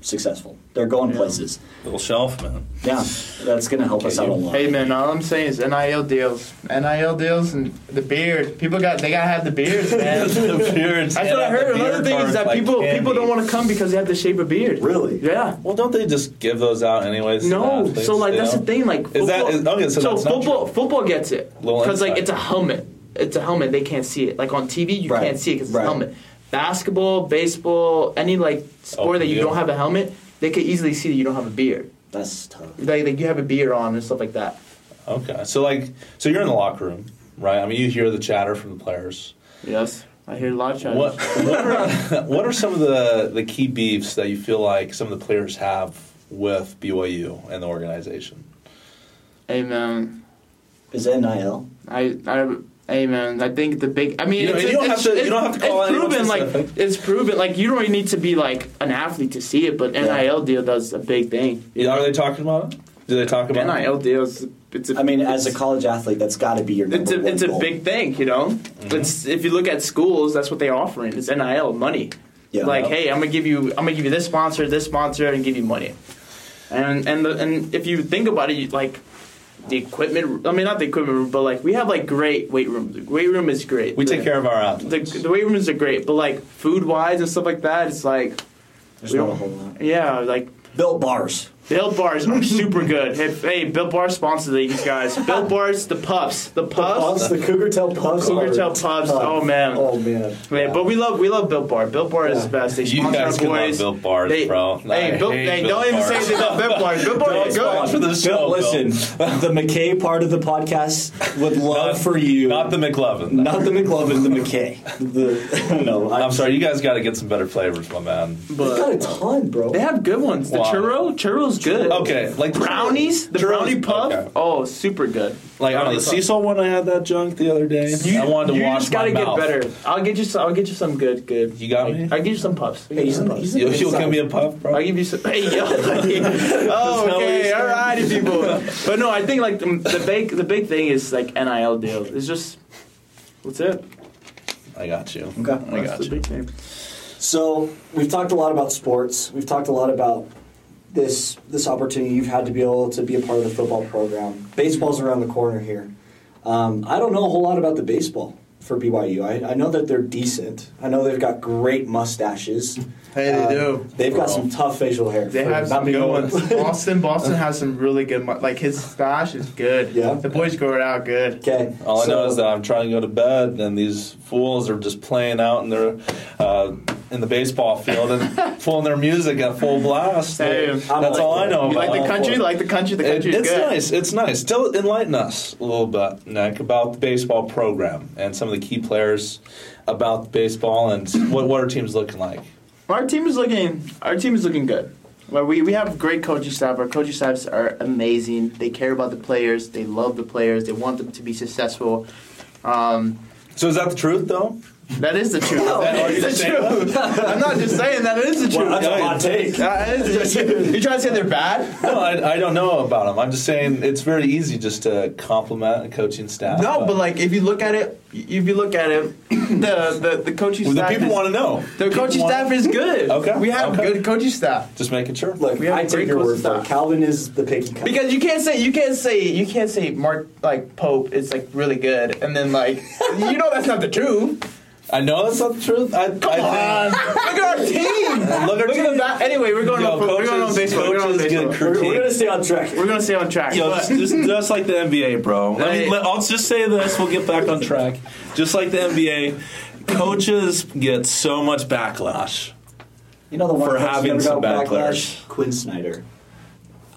Speaker 2: successful. They're going places.
Speaker 5: Little shelf, man.
Speaker 2: Yeah, that's going to help us out a lot.
Speaker 4: hey man, all I'm saying is NIL deals, NIL deals, and the beard. People got they gotta have the beards, man.
Speaker 5: The beards.
Speaker 4: That's what I heard.
Speaker 5: The
Speaker 4: Another
Speaker 5: beard
Speaker 4: thing
Speaker 5: part
Speaker 4: is that
Speaker 5: like
Speaker 4: people
Speaker 5: candy.
Speaker 4: people don't want to come because they have to shave a beard.
Speaker 2: Really?
Speaker 4: Yeah.
Speaker 5: Well, don't they just give those out anyways? to
Speaker 4: No,
Speaker 5: athletes,
Speaker 4: so like
Speaker 5: you
Speaker 4: that's
Speaker 5: know?
Speaker 4: the thing. Like
Speaker 5: Is that- is- okay, so that's not
Speaker 4: football
Speaker 5: true.
Speaker 4: football gets it
Speaker 5: Little
Speaker 4: because like
Speaker 5: insight.
Speaker 4: it's a helmet. It's a helmet. They can't see it. Like on TV, you
Speaker 2: Right,
Speaker 4: can't see it because it's
Speaker 2: right.
Speaker 4: a helmet. Basketball, baseball, any like sport
Speaker 5: Open
Speaker 4: that you
Speaker 5: view.
Speaker 4: don't have a helmet, they could easily see that you don't have a beard.
Speaker 2: That's tough.
Speaker 4: Like, like you have a beard on and stuff like that.
Speaker 5: Okay, so like, so you're in the locker room, right? I mean, you hear the chatter from the players.
Speaker 4: Yes, I hear a lot of chatter.
Speaker 5: What what are, what are some of the the key beefs that you feel like some of the players have with BYU and the organization?
Speaker 4: Hey man,
Speaker 2: Is it NIL?
Speaker 4: I I. Hey man, I think the big. I mean,
Speaker 5: You know,
Speaker 4: it's,
Speaker 5: and you don't
Speaker 4: it's-
Speaker 5: have to- you
Speaker 4: it's-
Speaker 5: don't have to call
Speaker 4: It's
Speaker 5: anyone
Speaker 4: proven, like
Speaker 5: specific.
Speaker 4: it's proven. Like you don't even need to be like an athlete to see it, but
Speaker 2: Yeah.
Speaker 4: NIL deal does a big thing.
Speaker 5: Yeah, Are they talking about it? Do they talk about
Speaker 4: NIL
Speaker 5: it?
Speaker 4: deals. It's a,
Speaker 2: I mean, as a
Speaker 4: it's-
Speaker 2: college athlete, that's got to be your number
Speaker 4: it's a
Speaker 2: one
Speaker 4: it's a
Speaker 2: goal. Mm-hmm.
Speaker 4: big thing, you know. It's if you look at schools, that's what they're offering. It's NIL money.
Speaker 2: Yeah.
Speaker 4: Like, hey, I'm gonna give you I'm gonna give you this sponsor, this sponsor, and give you money. And and the, and if you think about it, you, like the equipment. I mean, not the equipment room, but like we have like great weight room. The weight room is great.
Speaker 5: We
Speaker 4: The-
Speaker 5: take care of our
Speaker 4: The,
Speaker 5: athletes.
Speaker 4: the weight rooms are great, but like food wise and stuff like that, it's like
Speaker 2: There's
Speaker 4: we
Speaker 2: not a
Speaker 4: don't-
Speaker 2: whole lot.
Speaker 4: yeah, like
Speaker 2: Built bars.
Speaker 4: Built bars are super good. Hey, hey Built Bar sponsor these guys. Built Bars, the puffs, the puffs.
Speaker 2: the Cougar Tail Puffs.
Speaker 4: Cougar
Speaker 2: are
Speaker 4: Tail Puffs,
Speaker 2: tough.
Speaker 4: oh, man.
Speaker 2: Oh man.
Speaker 4: Man, but we love we love Built Bar. Built Bar is
Speaker 2: Yeah.
Speaker 4: the best. They
Speaker 5: You
Speaker 4: sponsor
Speaker 5: guys
Speaker 4: our
Speaker 5: can love
Speaker 4: boys.
Speaker 5: Built Bars,
Speaker 4: they,
Speaker 5: bro.
Speaker 4: Hey,
Speaker 5: I
Speaker 4: Built,
Speaker 5: hate
Speaker 4: hey
Speaker 5: Built
Speaker 4: don't even
Speaker 5: Bars.
Speaker 4: say they love Built Bars. Built Bars is
Speaker 5: Sponsor
Speaker 4: good.
Speaker 5: the show, Bill.
Speaker 2: listen, the McKay part of the podcast would love
Speaker 5: Not-
Speaker 2: for you.
Speaker 5: Not the McLovin.
Speaker 2: Not the McLovin, the McKay. The, no,
Speaker 5: I'm sorry, you guys got to get some better flavors, my man.
Speaker 2: They got
Speaker 4: But
Speaker 2: a ton, bro.
Speaker 4: they have good ones. The
Speaker 5: Wow.
Speaker 4: churro, churro's good.
Speaker 5: Okay, like
Speaker 4: Brownies, the
Speaker 5: Churros-
Speaker 4: brownie puff.
Speaker 5: okay.
Speaker 4: Oh, super good.
Speaker 5: Like I don't know, the
Speaker 4: Brownie puff.
Speaker 5: Cecil one I had that junk the other day. I wanted to
Speaker 4: you
Speaker 5: wash
Speaker 4: just gotta
Speaker 5: my
Speaker 4: get
Speaker 5: mouth.
Speaker 4: better. I'll get you. Some, I'll get you some good, good.
Speaker 5: You got me?
Speaker 4: I'll get you some puffs.
Speaker 2: Hey, he's a- he's a-
Speaker 5: You, will give me a puff, bro.
Speaker 4: I'll give you some. Hey, yo. oh, okay. All righty, people. But no, I think like the, the big the big thing is like NIL deal. It's just that's it.
Speaker 5: I got you.
Speaker 2: Okay.
Speaker 5: I
Speaker 4: That's
Speaker 5: got
Speaker 4: the
Speaker 5: you.
Speaker 4: big thing.
Speaker 2: So we've talked a lot about sports. We've talked a lot about this this opportunity you've had to be able to be a part of the football program. Baseball's around the corner here. Um, I don't know a whole lot about the baseball for BYU. I, I know that they're decent. I know they've got great mustaches.
Speaker 4: Hey, they
Speaker 2: Um,
Speaker 4: do.
Speaker 2: They've got some tough facial hair.
Speaker 4: They
Speaker 2: for
Speaker 4: have
Speaker 2: not
Speaker 4: some
Speaker 2: being
Speaker 4: good
Speaker 2: able
Speaker 4: ones.
Speaker 2: to-
Speaker 4: Boston, Boston has some really good. mu- Like his stash is good.
Speaker 2: Yeah.
Speaker 4: The boys grow it out good.
Speaker 2: okay.
Speaker 5: All I
Speaker 2: so-
Speaker 5: know is that I'm trying to go to bed, and these fools are just playing out in their uh, in the baseball field and pulling their music at full blast.
Speaker 4: Hey,
Speaker 5: That's
Speaker 2: I'm like
Speaker 5: all I
Speaker 2: that.
Speaker 5: know.
Speaker 4: You
Speaker 5: about
Speaker 4: like the
Speaker 5: it.
Speaker 4: country? You like the country? The
Speaker 5: It-
Speaker 4: country is
Speaker 5: it's
Speaker 4: good.
Speaker 5: nice. It's nice. Still enlighten us a little bit, Nick, about the baseball program and some of the key players about baseball and what what our team's looking like.
Speaker 4: Our team is looking. Our team is looking good. Well, we, we have great coaching staff. Our coaching staffs are amazing. They care about the players. They love the players. They want them to be successful. Um,
Speaker 5: So is that the truth, though?
Speaker 4: that is the truth.
Speaker 5: Are
Speaker 4: that
Speaker 5: you
Speaker 4: is the
Speaker 5: saying
Speaker 4: truth. I'm not just saying that. It is the
Speaker 2: Well,
Speaker 4: truth.
Speaker 2: that's a hot take.
Speaker 4: That is the truth. You trying to say they're bad?
Speaker 5: No, I, I don't know about them. I'm just saying it's very easy just to compliment a coaching staff.
Speaker 4: No, but like if you look at it, if you look at it, the the, the coaching
Speaker 5: Well, the
Speaker 4: staff.
Speaker 5: people
Speaker 4: is,
Speaker 5: want to know.
Speaker 4: the coaching
Speaker 5: people
Speaker 4: staff
Speaker 5: wanna-
Speaker 4: is good.
Speaker 5: Okay,
Speaker 4: We have
Speaker 5: okay.
Speaker 4: good coaching staff.
Speaker 5: Just making sure.
Speaker 2: Look,
Speaker 4: we have
Speaker 2: I
Speaker 4: a
Speaker 2: take
Speaker 4: great
Speaker 2: your
Speaker 4: coach
Speaker 2: word for
Speaker 4: staff.
Speaker 2: it. Calvin is the picky. cop.
Speaker 4: Because you can't say you can't say you can't say Mark like Pope is like really good, and then like you know that's not the truth.
Speaker 5: I know that's not the truth. I, Come I think,
Speaker 4: Look at our team.
Speaker 5: on. Look
Speaker 4: Look
Speaker 5: at
Speaker 4: at the back. Anyway, we're going
Speaker 5: Yo,
Speaker 4: on. Coaches, we're going on
Speaker 5: coaches,
Speaker 4: baseball. We're going on
Speaker 5: coaches get
Speaker 4: baseball.
Speaker 2: We're, we're
Speaker 5: critiqued.
Speaker 2: gonna stay on track.
Speaker 4: We're going to stay on track.
Speaker 5: Yo,
Speaker 4: but-
Speaker 5: just, just, just like the NBA, bro. Let me,
Speaker 4: Right.
Speaker 5: let, I'll just say this. We'll get back on track. Just like the NBA, coaches get so much backlash.
Speaker 2: You know the one
Speaker 5: For
Speaker 2: person who
Speaker 5: having
Speaker 2: never
Speaker 5: some
Speaker 2: got
Speaker 5: bad
Speaker 2: backlash?
Speaker 5: players.
Speaker 2: Quinn Snyder.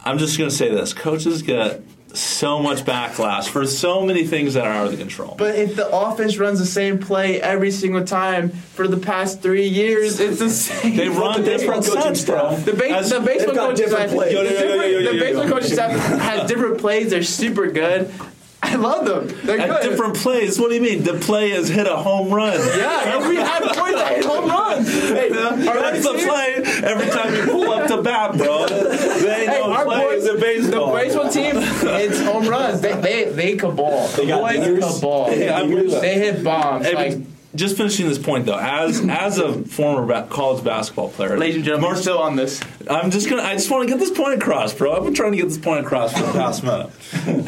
Speaker 5: I'm just gonna say this: coaches get so much backlash for so many things that are out of the control.
Speaker 4: But if the offense runs the same play every single time for the past three years, it's the same.
Speaker 5: they run
Speaker 2: the
Speaker 5: different
Speaker 2: baseball coaching
Speaker 5: sets, bro.
Speaker 2: staff.
Speaker 4: The, ba-
Speaker 5: As-
Speaker 4: the baseball
Speaker 2: they've got
Speaker 4: coaches
Speaker 2: different
Speaker 4: have,
Speaker 2: plays.
Speaker 5: Yo, yo, yo, yo,
Speaker 4: different-
Speaker 5: yo, yo,
Speaker 4: the
Speaker 5: yo.
Speaker 4: baseball coaches have, have different plays. They're super good. I love them. They're
Speaker 5: At
Speaker 4: good.
Speaker 5: different plays, what do you mean? The play is hit a home run.
Speaker 4: yeah, every half point they hit home runs. Hey,
Speaker 5: That's the play every time you pull up the bat, bro. They
Speaker 4: Hey,
Speaker 5: know
Speaker 4: our
Speaker 5: play
Speaker 4: boys,
Speaker 5: is a baseball.
Speaker 4: the baseball team, it's home runs. They they, they cabal. The
Speaker 2: got
Speaker 4: boys
Speaker 2: dingers.
Speaker 4: cabal.
Speaker 5: Hey, I believe that.
Speaker 4: they hit bombs.
Speaker 5: Hey,
Speaker 4: like,
Speaker 5: just finishing this point though, as as a former ba- college basketball player,
Speaker 4: ladies and gentlemen, we're
Speaker 5: Marcel-
Speaker 4: still on this.
Speaker 5: I'm just gonna. I just want to get this point across, bro. I've been trying to get this point across for the past minute.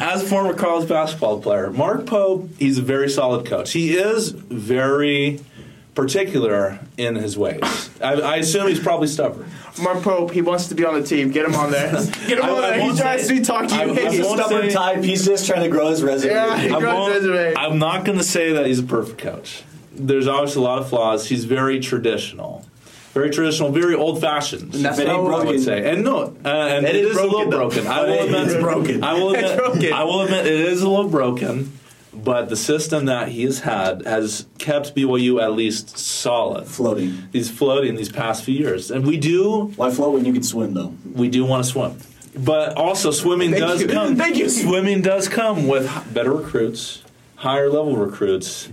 Speaker 5: As a former college basketball player, Mark Pope, he's a very solid coach. He is very particular in his ways. I, I assume he's probably stubborn.
Speaker 4: Mark Pope, he wants to be on the team. Get him on there. Get him
Speaker 5: I-
Speaker 4: on
Speaker 5: I
Speaker 4: there.
Speaker 5: won't
Speaker 4: He's trying to
Speaker 5: say-
Speaker 4: sweet talk
Speaker 5: I-
Speaker 4: you.
Speaker 5: I
Speaker 4: Hey,
Speaker 5: won't
Speaker 4: stop
Speaker 5: say-
Speaker 2: Stubborn
Speaker 4: him.
Speaker 2: type. He's just trying to grow his resume.
Speaker 4: Yeah, he
Speaker 5: I
Speaker 4: grows his resume.
Speaker 5: won't- I'm not going to say that he's a perfect coach. There's obviously a lot of flaws. He's very traditional, very traditional, very old-fashioned.
Speaker 4: That's
Speaker 2: If it
Speaker 4: not
Speaker 2: ain't
Speaker 4: what I
Speaker 5: I
Speaker 4: would
Speaker 2: broken,
Speaker 5: would say, and no, uh, and
Speaker 4: It
Speaker 5: it
Speaker 4: is
Speaker 5: is, a little
Speaker 4: broken, though.
Speaker 5: broken. I will
Speaker 2: It
Speaker 5: admit,
Speaker 2: is broken.
Speaker 5: I will admit,
Speaker 4: broken.
Speaker 5: I will admit, it is a little broken. But the system that he has had has kept BYU at least solid.
Speaker 2: floating.
Speaker 5: He's floating these past few years, and we do
Speaker 2: Why float when you can swim though?
Speaker 5: we do want to swim. But also, swimming
Speaker 4: Thank
Speaker 5: does
Speaker 4: you.
Speaker 5: come.
Speaker 4: Thank you.
Speaker 5: Swimming does come with h- better recruits, higher level recruits,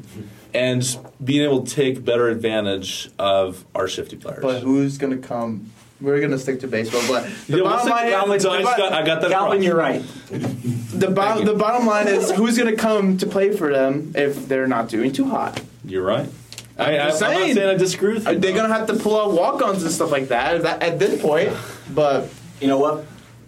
Speaker 5: and being able to take better advantage of our shifty players.
Speaker 4: But who's gonna come? We're gonna stick to baseball. But the
Speaker 5: Yeah, we'll
Speaker 4: bottom
Speaker 5: stick
Speaker 4: line,
Speaker 5: to Galvin,
Speaker 4: is,
Speaker 5: so I, just got, I got that.
Speaker 2: Calvin,
Speaker 5: across.
Speaker 2: you're right.
Speaker 4: the, bo- the bottom line is who's gonna come to play for them if they're not doing too hot.
Speaker 5: You're right. I, I, I'm not
Speaker 4: just saying.
Speaker 5: saying I disagree with you.
Speaker 4: Are they
Speaker 5: though.
Speaker 4: gonna have to pull out walk-ons and stuff like that, that at this point? But
Speaker 2: You know what?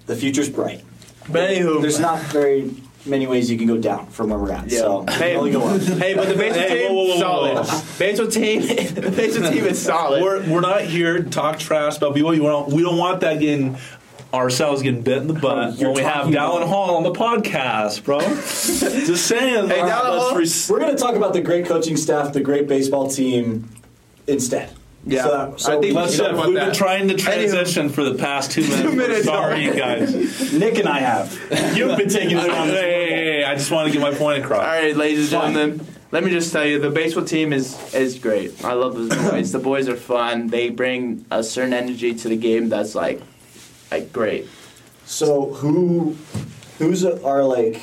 Speaker 2: The future's bright.
Speaker 4: but anywho,
Speaker 2: There's not very many ways you can go down from where we're at.
Speaker 4: Yeah.
Speaker 2: So
Speaker 4: Hey.
Speaker 2: hey. only go up.
Speaker 4: hey, but the baseball
Speaker 5: Hey,
Speaker 4: team
Speaker 5: whoa, whoa, whoa, whoa.
Speaker 4: solid. Baseball team, the baseball team is solid.
Speaker 5: We're, we're not here to talk trash about BYU. We don't, we don't want that getting ourselves getting bit in the butt
Speaker 2: You're
Speaker 5: when we have
Speaker 2: talking
Speaker 5: Dallin
Speaker 2: about-
Speaker 5: Hall on the podcast, bro. Just saying.
Speaker 4: Hey,
Speaker 5: All
Speaker 4: Dallin
Speaker 5: let's
Speaker 4: Hall,
Speaker 5: res-
Speaker 2: We're going to talk about the great coaching staff, the great baseball team instead.
Speaker 4: Yeah.
Speaker 2: So, so
Speaker 4: I think
Speaker 2: we-
Speaker 4: we
Speaker 5: Let's
Speaker 4: should-
Speaker 5: shift.
Speaker 4: about
Speaker 5: We've
Speaker 4: that.
Speaker 5: been trying to
Speaker 4: Anywho.
Speaker 5: transition for the past two minutes.
Speaker 4: minutes,
Speaker 5: We're sorry,
Speaker 4: all
Speaker 5: you guys.
Speaker 2: Nick and I have. You've been taking
Speaker 5: I,
Speaker 2: it on
Speaker 5: hey,
Speaker 2: this.
Speaker 5: hey, hey, I just want to get my point across.
Speaker 4: All right, ladies and gentlemen, let me just tell you, the baseball team is is great. I love those boys. the boys are fun. They bring a certain energy to the game that's like, like great.
Speaker 2: So who, who's our like?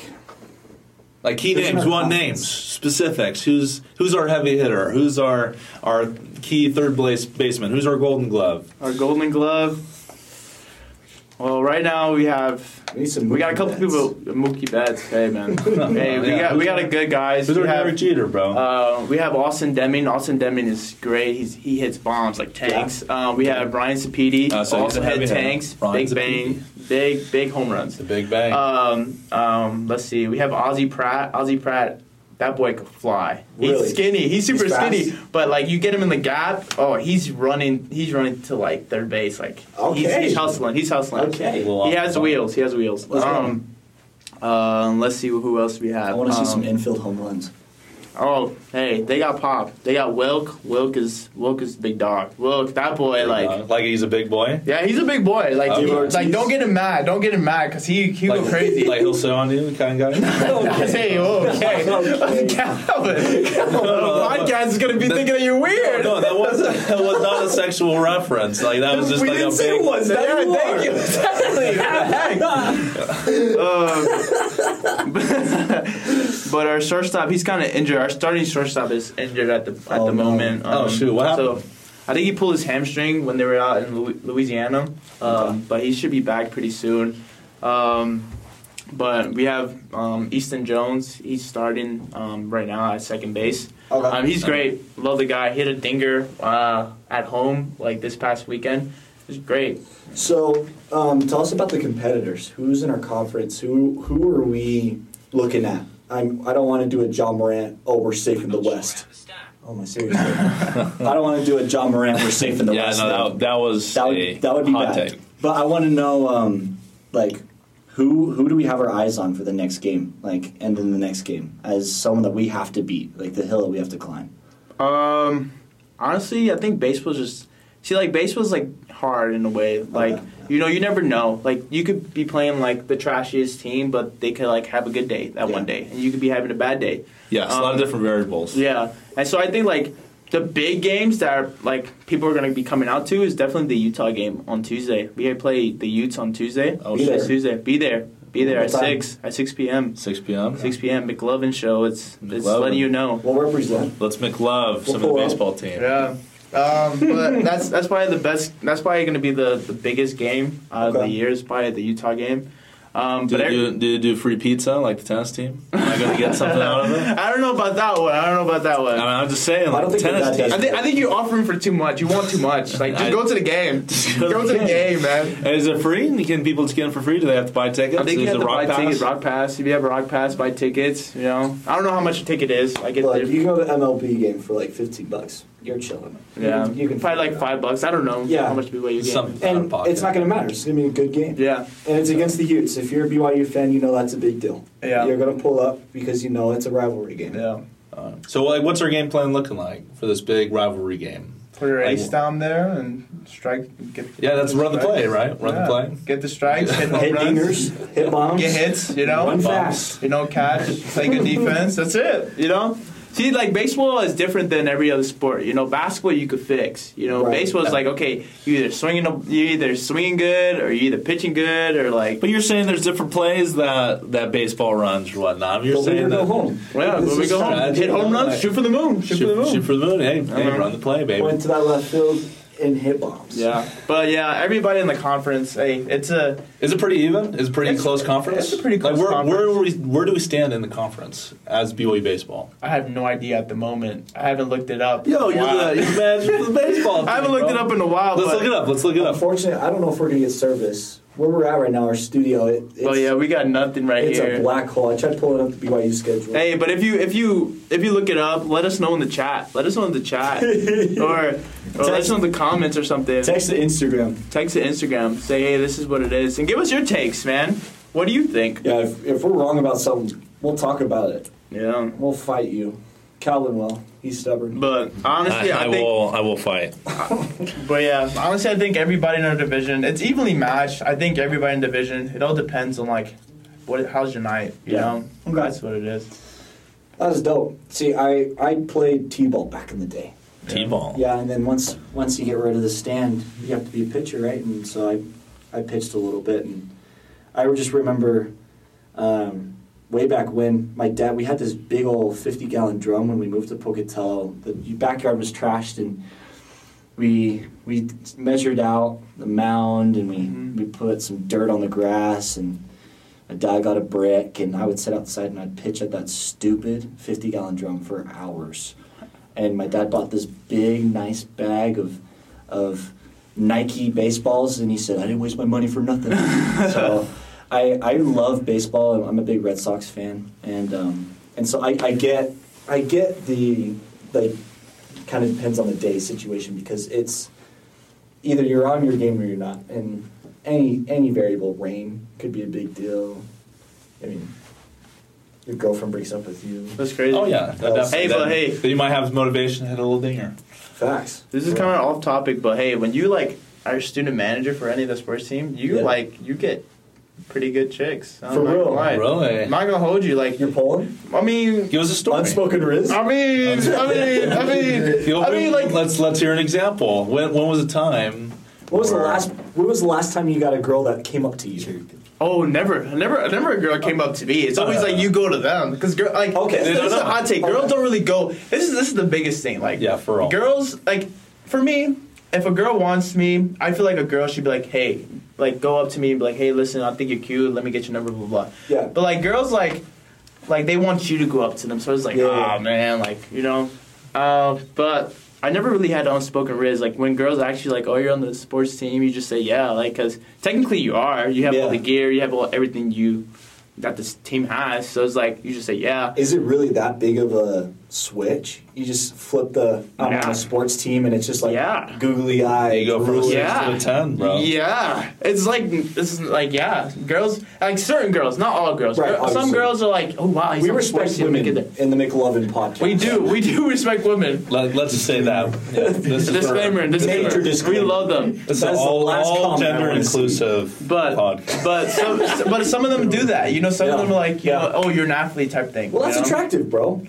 Speaker 5: Like key
Speaker 2: There's
Speaker 5: names,
Speaker 2: no
Speaker 5: we want
Speaker 2: confidence.
Speaker 5: names, specifics. Who's who's our heavy hitter? Who's our our key third place baseman? Who's our Golden Glove?
Speaker 4: Our Golden Glove. Well, right now we have
Speaker 2: We need some.
Speaker 4: we got a couple
Speaker 2: movement bets.
Speaker 4: people. Mookie Betts, hey man, hey we got we got a good guys.
Speaker 5: Who's
Speaker 4: We
Speaker 5: our
Speaker 4: have,
Speaker 5: Derek Jeter, bro?
Speaker 4: Uh, we have Austin Deming. Austin Deming is great. He's he hits bombs like tanks. Uh, we have Brian Sapedi.
Speaker 5: Uh, so he's
Speaker 4: also
Speaker 5: a
Speaker 4: hit
Speaker 5: heavy hitter.
Speaker 4: tanks.
Speaker 5: Brian
Speaker 4: big bang, big big home runs.
Speaker 5: the Big Bang.
Speaker 4: Um, um, let's see. We have Ozzy Pratt. Ozzy Pratt. That boy could fly.
Speaker 2: Really?
Speaker 4: He's skinny. He's super
Speaker 2: He's fast.
Speaker 4: skinny. But like you get him in the gap, oh, he's running. He's running to like third base. Like he's,
Speaker 2: Okay.
Speaker 4: he's hustling. He's hustling.
Speaker 2: Okay. Well,
Speaker 4: He has wheels. He has wheels.
Speaker 2: Let's go.
Speaker 4: um, uh, let's see who else we have.
Speaker 2: I want to see some
Speaker 4: Um,
Speaker 2: infield home runs.
Speaker 4: Oh, hey, they got Pop. They got Wilk. Wilk is Wilk is big dog. Wilk, that boy, like,
Speaker 5: like, he's a big boy.
Speaker 4: yeah, he's a big boy. Like,
Speaker 5: Okay.
Speaker 4: dude, like, don't get him mad. Don't get him mad, cause he he
Speaker 5: Like
Speaker 4: go crazy.
Speaker 5: Like he'll sit on you, kind of guy.
Speaker 4: hey, okay.
Speaker 2: Okay.
Speaker 4: Calvin, the podcast is gonna be thinking that you're weird.
Speaker 5: no, that was that was not a sexual reference. Like that was just
Speaker 2: we
Speaker 5: like
Speaker 2: didn't
Speaker 5: a
Speaker 2: say
Speaker 5: big.
Speaker 2: it was. That
Speaker 4: Yeah,
Speaker 2: you
Speaker 4: thank
Speaker 2: are.
Speaker 4: you. Um, but our shortstop, he's kind of injured. Our starting shortstop is injured at the at
Speaker 2: Oh,
Speaker 4: the
Speaker 2: no.
Speaker 4: moment. Um,
Speaker 5: Oh, shoot, what happened?
Speaker 4: So, I think he pulled his hamstring when they were out in Lu- Louisiana, um, but he should be back pretty soon. Um, but we have um, Easton Jones. He's starting um, right now at second base.
Speaker 2: Okay.
Speaker 4: Um, he's great. Love the guy. Hit a dinger uh, at home like this past weekend. He's great.
Speaker 2: So, um, tell us about the competitors. Who's in our conference? Who who are we looking at? I'm. I don't want to do a John Morant. Oh, we're safe in the West.
Speaker 3: Oh my, seriously. I don't want to do a John Moran. We're safe in the
Speaker 5: Yeah,
Speaker 3: West.
Speaker 5: no, that, that was
Speaker 3: that
Speaker 5: a
Speaker 3: would that would be
Speaker 5: hot
Speaker 3: bad.
Speaker 5: take.
Speaker 3: But I want to know, um, like, who who do we have our eyes on for the next game? Like, and then the next game as someone that we have to beat, like the hill that we have to climb.
Speaker 4: Um, honestly, I think baseball's just see like baseball's like hard in a way. Like
Speaker 3: yeah.
Speaker 4: you know, you never know. Like you could be playing like the trashiest team, but they could like have a good day that one
Speaker 3: Yeah.
Speaker 4: day, and you could be having a bad day.
Speaker 5: Yeah, it's a lot of different variables.
Speaker 4: Um, Yeah, and so I think like the big games that are like people are going to be coming out to is definitely the Utah game on Tuesday. We play the Utes on Tuesday.
Speaker 5: Oh,
Speaker 3: Be
Speaker 5: sure.
Speaker 3: there.
Speaker 4: Tuesday, be there, be there at
Speaker 3: What time?
Speaker 4: six at six p.m.
Speaker 5: 6 p.m.
Speaker 4: 6 p.m. McLovin show. It's it's
Speaker 5: McLovin.
Speaker 4: letting you know.
Speaker 3: We'll represent.
Speaker 5: Let's make love some of
Speaker 3: We'll
Speaker 5: the
Speaker 3: pull up.
Speaker 5: baseball team.
Speaker 4: Yeah. Um, but that's that's probably the best. That's probably going to be the, the biggest game out of
Speaker 3: Okay.
Speaker 4: the year. Is probably the Utah game. Um,
Speaker 5: Do
Speaker 4: but
Speaker 5: they
Speaker 4: I,
Speaker 5: do, do they do free pizza like the tennis team? Am I going to get something out of it?
Speaker 4: I don't know about that one. I don't know about that
Speaker 5: I mean,
Speaker 4: one.
Speaker 5: I'm just saying,
Speaker 3: I
Speaker 5: like
Speaker 3: don't think
Speaker 5: tennis
Speaker 3: that
Speaker 5: team.
Speaker 4: I think I think you're offering for too much. You want too much. Like just
Speaker 5: I-
Speaker 4: go to the game. Just go to the game, man.
Speaker 5: And Is it free? Can people just get it for free? Do they have to buy tickets?
Speaker 4: I think you
Speaker 5: Is
Speaker 4: have
Speaker 5: it
Speaker 4: to buy
Speaker 5: Rock Pass?
Speaker 4: tickets, rock pass. If you have a rock pass, buy tickets. You know, I don't know how much a ticket is. I get
Speaker 3: Look,
Speaker 4: there.
Speaker 3: you go to MLB game for like fifteen bucks. You're chilling.
Speaker 4: Yeah,
Speaker 3: you can, you can
Speaker 4: probably like five bucks. I don't know.
Speaker 3: Yeah.
Speaker 4: how much people you get.
Speaker 5: Something out of
Speaker 3: And
Speaker 5: pocket.
Speaker 3: it's not going to matter. It's going to be a good game.
Speaker 4: Yeah,
Speaker 3: And it's against the Utes. If you're a BYU fan, you know that's a big deal.
Speaker 4: Yeah.
Speaker 3: You're going to pull up because you know it's a rivalry game.
Speaker 4: yeah.
Speaker 5: Uh, so, like, what's our game plan looking like for this big rivalry game?
Speaker 6: Put your
Speaker 5: Like-
Speaker 6: ace down there and strike. Get
Speaker 5: Yeah, that's run the play, right? Run the
Speaker 6: Yeah.
Speaker 5: play.
Speaker 6: Get the strikes, hit home
Speaker 3: Hit
Speaker 6: runs,
Speaker 3: dingers, hit bombs.
Speaker 6: get hits. You know,
Speaker 3: Run
Speaker 5: Bombs.
Speaker 3: fast.
Speaker 6: you know, catch, play good defense. That's it.
Speaker 4: you know see like baseball is different than every other sport you know basketball you could fix you know
Speaker 3: Right.
Speaker 4: baseball is like okay you either swinging a- you either swinging good or you either pitching good or like
Speaker 5: But you're saying there's different plays that that baseball runs or whatnot. You're
Speaker 3: Go win
Speaker 5: saying
Speaker 3: or
Speaker 5: that
Speaker 3: go home.
Speaker 4: well
Speaker 3: This
Speaker 4: when we
Speaker 3: is
Speaker 4: go home
Speaker 5: strategy.
Speaker 4: hit home runs shoot for the moon shoot,
Speaker 5: Shoot,
Speaker 4: for the moon
Speaker 5: shoot for the moon. Hey, hey,
Speaker 4: Uh-huh.
Speaker 5: run the play, baby.
Speaker 3: Went to that left field and hit bombs.
Speaker 4: yeah
Speaker 6: But yeah, everybody in the conference. Hey, it's a
Speaker 5: Is it pretty even? Is it pretty
Speaker 6: It's-
Speaker 5: close conference?
Speaker 6: it's a pretty
Speaker 5: like,
Speaker 6: close
Speaker 5: where, Where, are we, where do we stand in the conference as BYU baseball?
Speaker 6: I have no idea at the moment. I haven't looked it up.
Speaker 5: Yo, you're
Speaker 6: Wow.
Speaker 5: the you're manager of the baseball. Team,
Speaker 4: I haven't looked
Speaker 5: bro.
Speaker 4: it up in a while
Speaker 5: Let's
Speaker 4: but
Speaker 5: look it up. Let's look it up.
Speaker 3: Unfortunately, I don't know if we're going to get service. Where we're at right now, our studio, it, it's,
Speaker 4: oh yeah we got nothing right
Speaker 3: it's
Speaker 4: here
Speaker 3: a black hole. I tried pulling up the BYU schedule.
Speaker 4: Hey, but if you if you if you look it up, let us know in the chat. Let us know in the chat, or, or let us know in the comments or something.
Speaker 3: Text to Instagram.
Speaker 4: Text to Instagram. Say, hey, this is what it is, and give us your takes, man. What do you think?
Speaker 3: Yeah, if, if we're wrong about something, we'll talk about it.
Speaker 4: Yeah.
Speaker 3: We'll fight you. Calvin will. He's stubborn.
Speaker 4: But honestly, I, think.
Speaker 5: I will fight.
Speaker 6: But yeah, honestly, I think everybody in our division, it's evenly matched. I think everybody in division, it all depends on like, what, how's your night? You
Speaker 3: Yeah.
Speaker 6: know,
Speaker 3: Okay.
Speaker 6: that's what it is.
Speaker 3: That was dope. See, I, I played t-ball back in the day.
Speaker 5: T-ball.
Speaker 3: Yeah, and then once once you get rid of the stand, you have to be a pitcher, right? And so I I pitched a little bit, and I would just remember um, way back when my dad we had this big old fifty gallon drum when we moved to Pocatello. The backyard was trashed, and we we measured out the mound, and we
Speaker 4: Mhm.
Speaker 3: we put some dirt on the grass, and my dad got a brick, and I would sit outside and I'd pitch at that stupid fifty gallon drum for hours and my dad bought this big nice bag of of Nike baseballs and he said I didn't waste my money for nothing. so I I love baseball and I'm a big Red Sox fan and um, and so I, I get I get the like kind of depends on the day situation because it's either you're on your game or you're not and any any variable rain could be a big deal. I mean your girlfriend breaks up with you.
Speaker 4: That's crazy.
Speaker 5: Oh yeah.
Speaker 3: Hey,
Speaker 5: definitely-
Speaker 4: but
Speaker 5: that-
Speaker 4: hey.
Speaker 5: that you might have motivation to hit a little dinger.
Speaker 3: Facts.
Speaker 4: This is kind of off topic, but hey, when you like are a student manager for any of the sports team, you
Speaker 3: Yeah.
Speaker 4: like you get pretty good chicks. I'm
Speaker 3: For
Speaker 4: not gonna
Speaker 3: real.
Speaker 4: lie. I'm
Speaker 5: Really?
Speaker 4: not gonna hold you. Like,
Speaker 3: You're pulling?
Speaker 4: I mean,
Speaker 5: Give us a story.
Speaker 3: Unspoken Riz?
Speaker 4: I mean, I mean, I mean,
Speaker 5: Feel
Speaker 4: I
Speaker 5: free-
Speaker 4: mean, like,
Speaker 5: let's let's hear an example. When when was a time?
Speaker 3: What was the
Speaker 5: where-
Speaker 3: last? What was the last time you got a girl that came up to you?
Speaker 4: oh, never, never, never a girl came up to me. It's always like you go to them because girl, like,
Speaker 3: Okay.
Speaker 4: this,
Speaker 3: No,
Speaker 4: is
Speaker 3: no,
Speaker 4: a hot take. Girls
Speaker 3: Okay.
Speaker 4: don't really go. This is this is the biggest thing. Like,
Speaker 5: Yeah, for all.
Speaker 4: girls like for me if a girl wants me i feel like a girl should be like hey like go up to me and be like hey listen i think you're cute let me get your number blah blah blah
Speaker 3: Yeah.
Speaker 4: but like girls like like they want you to go up to them so it's like
Speaker 3: Yeah.
Speaker 4: oh man like you know uh, but i never really had unspoken riz like when girls actually like oh you're on the sports team you just say yeah like because technically you are you have all
Speaker 3: Yeah.
Speaker 4: the gear you have all everything you that this team has so it's like you just say yeah
Speaker 3: Is it really that big of a switch. You just flip the I'm on
Speaker 4: Yeah.
Speaker 3: a sports team, and it's just like
Speaker 4: Yeah.
Speaker 3: googly eye.
Speaker 7: You go from a six
Speaker 4: Yeah.
Speaker 7: to a ten, bro.
Speaker 4: Yeah, it's like this is like yeah, girls like certain girls, not all girls.
Speaker 3: Right,
Speaker 4: Girl- some
Speaker 3: obviously.
Speaker 4: girls are like, oh wow, he's
Speaker 3: we
Speaker 4: on sports
Speaker 3: respect
Speaker 4: team, look
Speaker 3: women
Speaker 4: at that.
Speaker 3: in the McLovin podcast.
Speaker 4: We do, we do respect women.
Speaker 7: Let, let's just say that. Yeah, this is for-
Speaker 4: Disclaimer,
Speaker 3: Major
Speaker 4: disclaimer. We
Speaker 3: disclaimer.
Speaker 4: love them,
Speaker 7: This is
Speaker 3: That's the
Speaker 7: all,
Speaker 3: last
Speaker 7: all
Speaker 3: comment I
Speaker 7: gender
Speaker 3: wanna see.
Speaker 7: inclusive
Speaker 4: but
Speaker 7: podcast.
Speaker 4: but some,
Speaker 8: But some of them do that. You know, some of
Speaker 3: Yeah.
Speaker 8: them are like, you
Speaker 3: Yeah.
Speaker 8: know, oh, you're an athlete type thing.
Speaker 3: Well, that's
Speaker 8: you know?
Speaker 3: attractive, bro.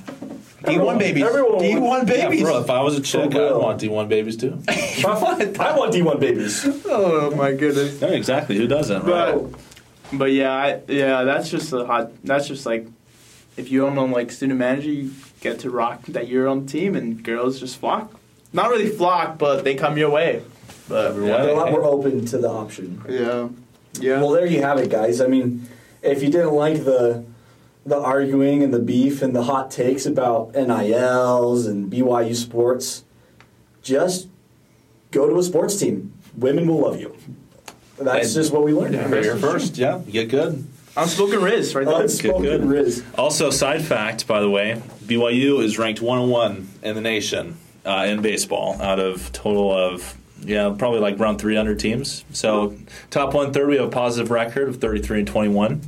Speaker 8: D1 babies.
Speaker 3: Everyone
Speaker 8: D1
Speaker 7: Yeah,
Speaker 8: babies.
Speaker 7: bro, if I was a chick, I'd
Speaker 3: real.
Speaker 7: want D1 babies too.
Speaker 3: I want D1 babies.
Speaker 4: oh my goodness.
Speaker 5: No, exactly. Who doesn't? Right?
Speaker 4: But but yeah, I, yeah, that's just a hot. That's just like if you own on like student manager, you get to rock that you're on the team, and girls just flock. Not really flock, but they come your way. But
Speaker 3: They're a
Speaker 7: Yeah.
Speaker 3: lot more open to the option.
Speaker 4: yeah, yeah.
Speaker 3: Well, there you have it, guys. I mean, if you didn't like the the arguing and the beef and the hot takes about NILs and BYU sports, just go to a sports team. Women will love you. That's
Speaker 7: And-
Speaker 3: just what we learned.
Speaker 7: Right here first, yeah, you get good.
Speaker 4: Unspoken Riz right there.
Speaker 3: Unspoken
Speaker 7: Good, good.
Speaker 3: Riz.
Speaker 5: Also, side fact, by the way, BYU is ranked 101 in the nation uh, in baseball out of total of yeah probably like around 300 teams. So top one third, we have a positive record of 33 and 21,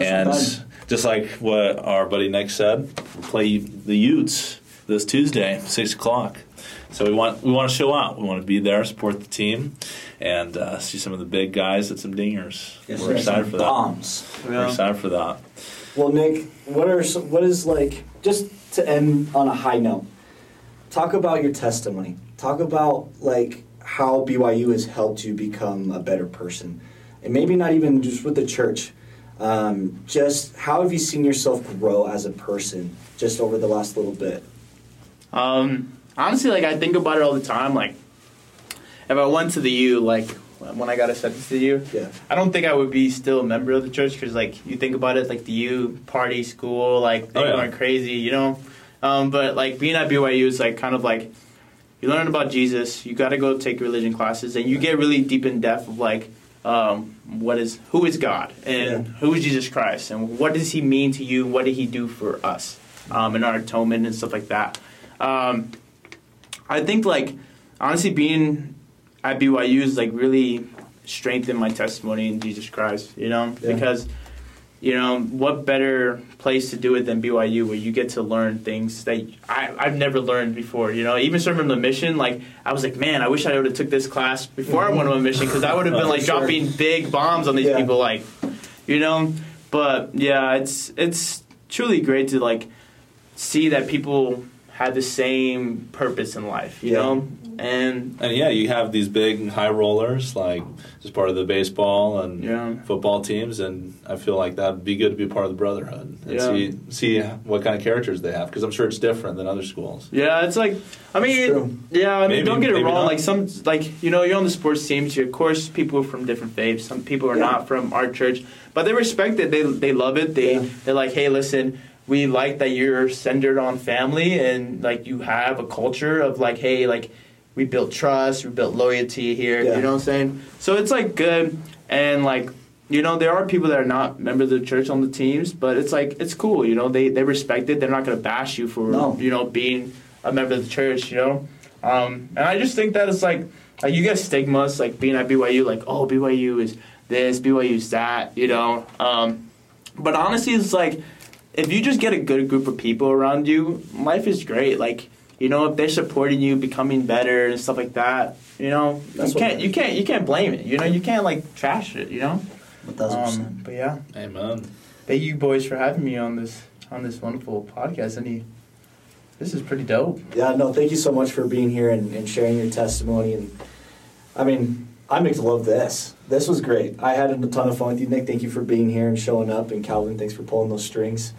Speaker 5: and
Speaker 3: not
Speaker 5: just like what our buddy Nick said, we play the Utes this Tuesday, six o'clock. So we want we want to show out. We want to be there, support the team, and uh, see some of the big guys at some dingers. We're excited for that.
Speaker 3: Bombs.
Speaker 5: We're excited for that.
Speaker 3: Well, Nick, what are some, what is like just to end on a high note? Talk about your testimony. Talk about like how BYU has helped you become a better person, and maybe not even just with the church. Um, just how have you seen yourself grow as a person just over the last little bit?
Speaker 4: Um, honestly, like I think about it all the time. Like if I went to the U, like when I got accepted to the U,
Speaker 3: Yeah.
Speaker 4: I don't think I would be still a member of the church because, like, you think about it, like the U party school, like they
Speaker 7: Oh, yeah.
Speaker 4: went crazy, you know. Um, but like being at BYU is like kind of like you learn about Jesus. You got to go take religion classes, and you get really deep in depth of like um, what is who is God and
Speaker 3: Yeah.
Speaker 4: who is Jesus Christ and what does He mean to you? What did He do for us um, and our atonement and stuff like that. Um, I think like honestly being at BYU is like really strengthened my testimony in Jesus Christ, you know,
Speaker 3: Yeah.
Speaker 4: because you know what better place to do it than BYU, where you get to learn things that I, I've never learned before. You know, even serving the mission, like I was like, man, I wish I would have took this class before I went on a mission because I would have been like
Speaker 3: Sure.
Speaker 4: dropping big bombs on these
Speaker 3: Yeah.
Speaker 4: people, like you know. But yeah, it's it's truly great to like see that people had the same purpose in life, you
Speaker 3: Yeah.
Speaker 4: know? And
Speaker 7: And yeah, you have these big high rollers, like just part of the baseball and
Speaker 4: Yeah.
Speaker 7: football teams, and I feel like that'd be good to be part of the brotherhood and
Speaker 4: Yeah.
Speaker 7: see see what kind of characters they have, because I'm sure it's different than other schools.
Speaker 4: yeah, it's like I
Speaker 3: It's true.
Speaker 4: mean, yeah, I mean,
Speaker 7: Maybe-
Speaker 4: don't get it
Speaker 7: maybe
Speaker 4: wrong.
Speaker 7: not.
Speaker 4: Like some, like you know, you're on the sports teams. You, of course, people are from different faiths. Some people are
Speaker 3: Yeah.
Speaker 4: not from our church, but they respect it. They they love it. They
Speaker 3: Yeah.
Speaker 4: they're like, hey, listen, we like that you're centered on family and like you have a culture of like, hey, like we built trust, we built loyalty here.
Speaker 3: Yeah.
Speaker 4: You know what I'm saying? So it's like good and like you know there are people that are not members of the church on the teams, but it's like it's cool. You know they they respect it. They're not gonna bash you for
Speaker 3: No.
Speaker 4: you know being a member of the church. You know, um, and I just think that it's like like you get stigmas like being at BYU like oh BYU is this BYU is that you know. Um, but honestly, it's like if you just get a good group of people around you, life is great. Like you know, if they're supporting you, becoming better and stuff like that, you know, you
Speaker 3: That's what
Speaker 4: can't you can't you can't blame it. You know, you can't like trash it. You know. Um, but yeah,
Speaker 7: Amen.
Speaker 4: thank you boys for having me on this on this wonderful podcast. Any, this is pretty dope.
Speaker 3: Yeah, no, thank you so much for being here and, and sharing your testimony. And I mean, I make love this. This was great. I had a ton of fun with you, Nick. Thank you for being here and showing up. And Calvin, thanks for pulling those strings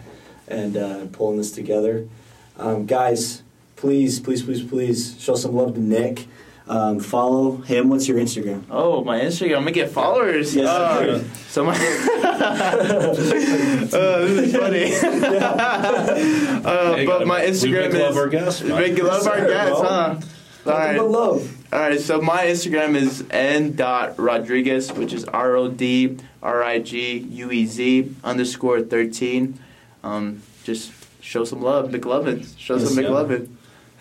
Speaker 3: and uh, pulling this together. Um, guys, please, please, please, please show some love to Nick. Um, follow him. What's your Instagram?
Speaker 4: Oh, my Instagram, I'm gonna get followers.
Speaker 3: Yes,
Speaker 4: Uh,
Speaker 3: sir.
Speaker 4: so my, Uh, this is funny. uh,
Speaker 7: Hey,
Speaker 4: but my
Speaker 7: we
Speaker 4: Instagram
Speaker 7: make love
Speaker 4: is
Speaker 7: our guests, man.
Speaker 4: make love our
Speaker 3: Sir,
Speaker 4: guests,
Speaker 3: bro.
Speaker 4: huh? All
Speaker 3: Nothing
Speaker 4: right.
Speaker 3: but love.
Speaker 4: All right, so my Instagram is n dot rodriguez, which is r o d r i g u e z underscore thirteen. Um, just show some love, McLovin. Show some
Speaker 5: Yes, yeah.
Speaker 4: McLovin.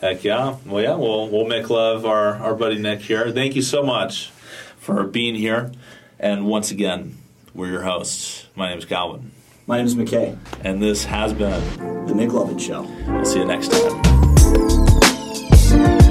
Speaker 5: Heck yeah. Well, yeah, we'll, we'll make love our, our buddy Nick here. Thank you so much for being here. And once again, we're your hosts. My name is Calvin.
Speaker 2: My name is McKay,
Speaker 5: And this has been,
Speaker 2: The Nick Lovin Show.
Speaker 5: we'll see you next time.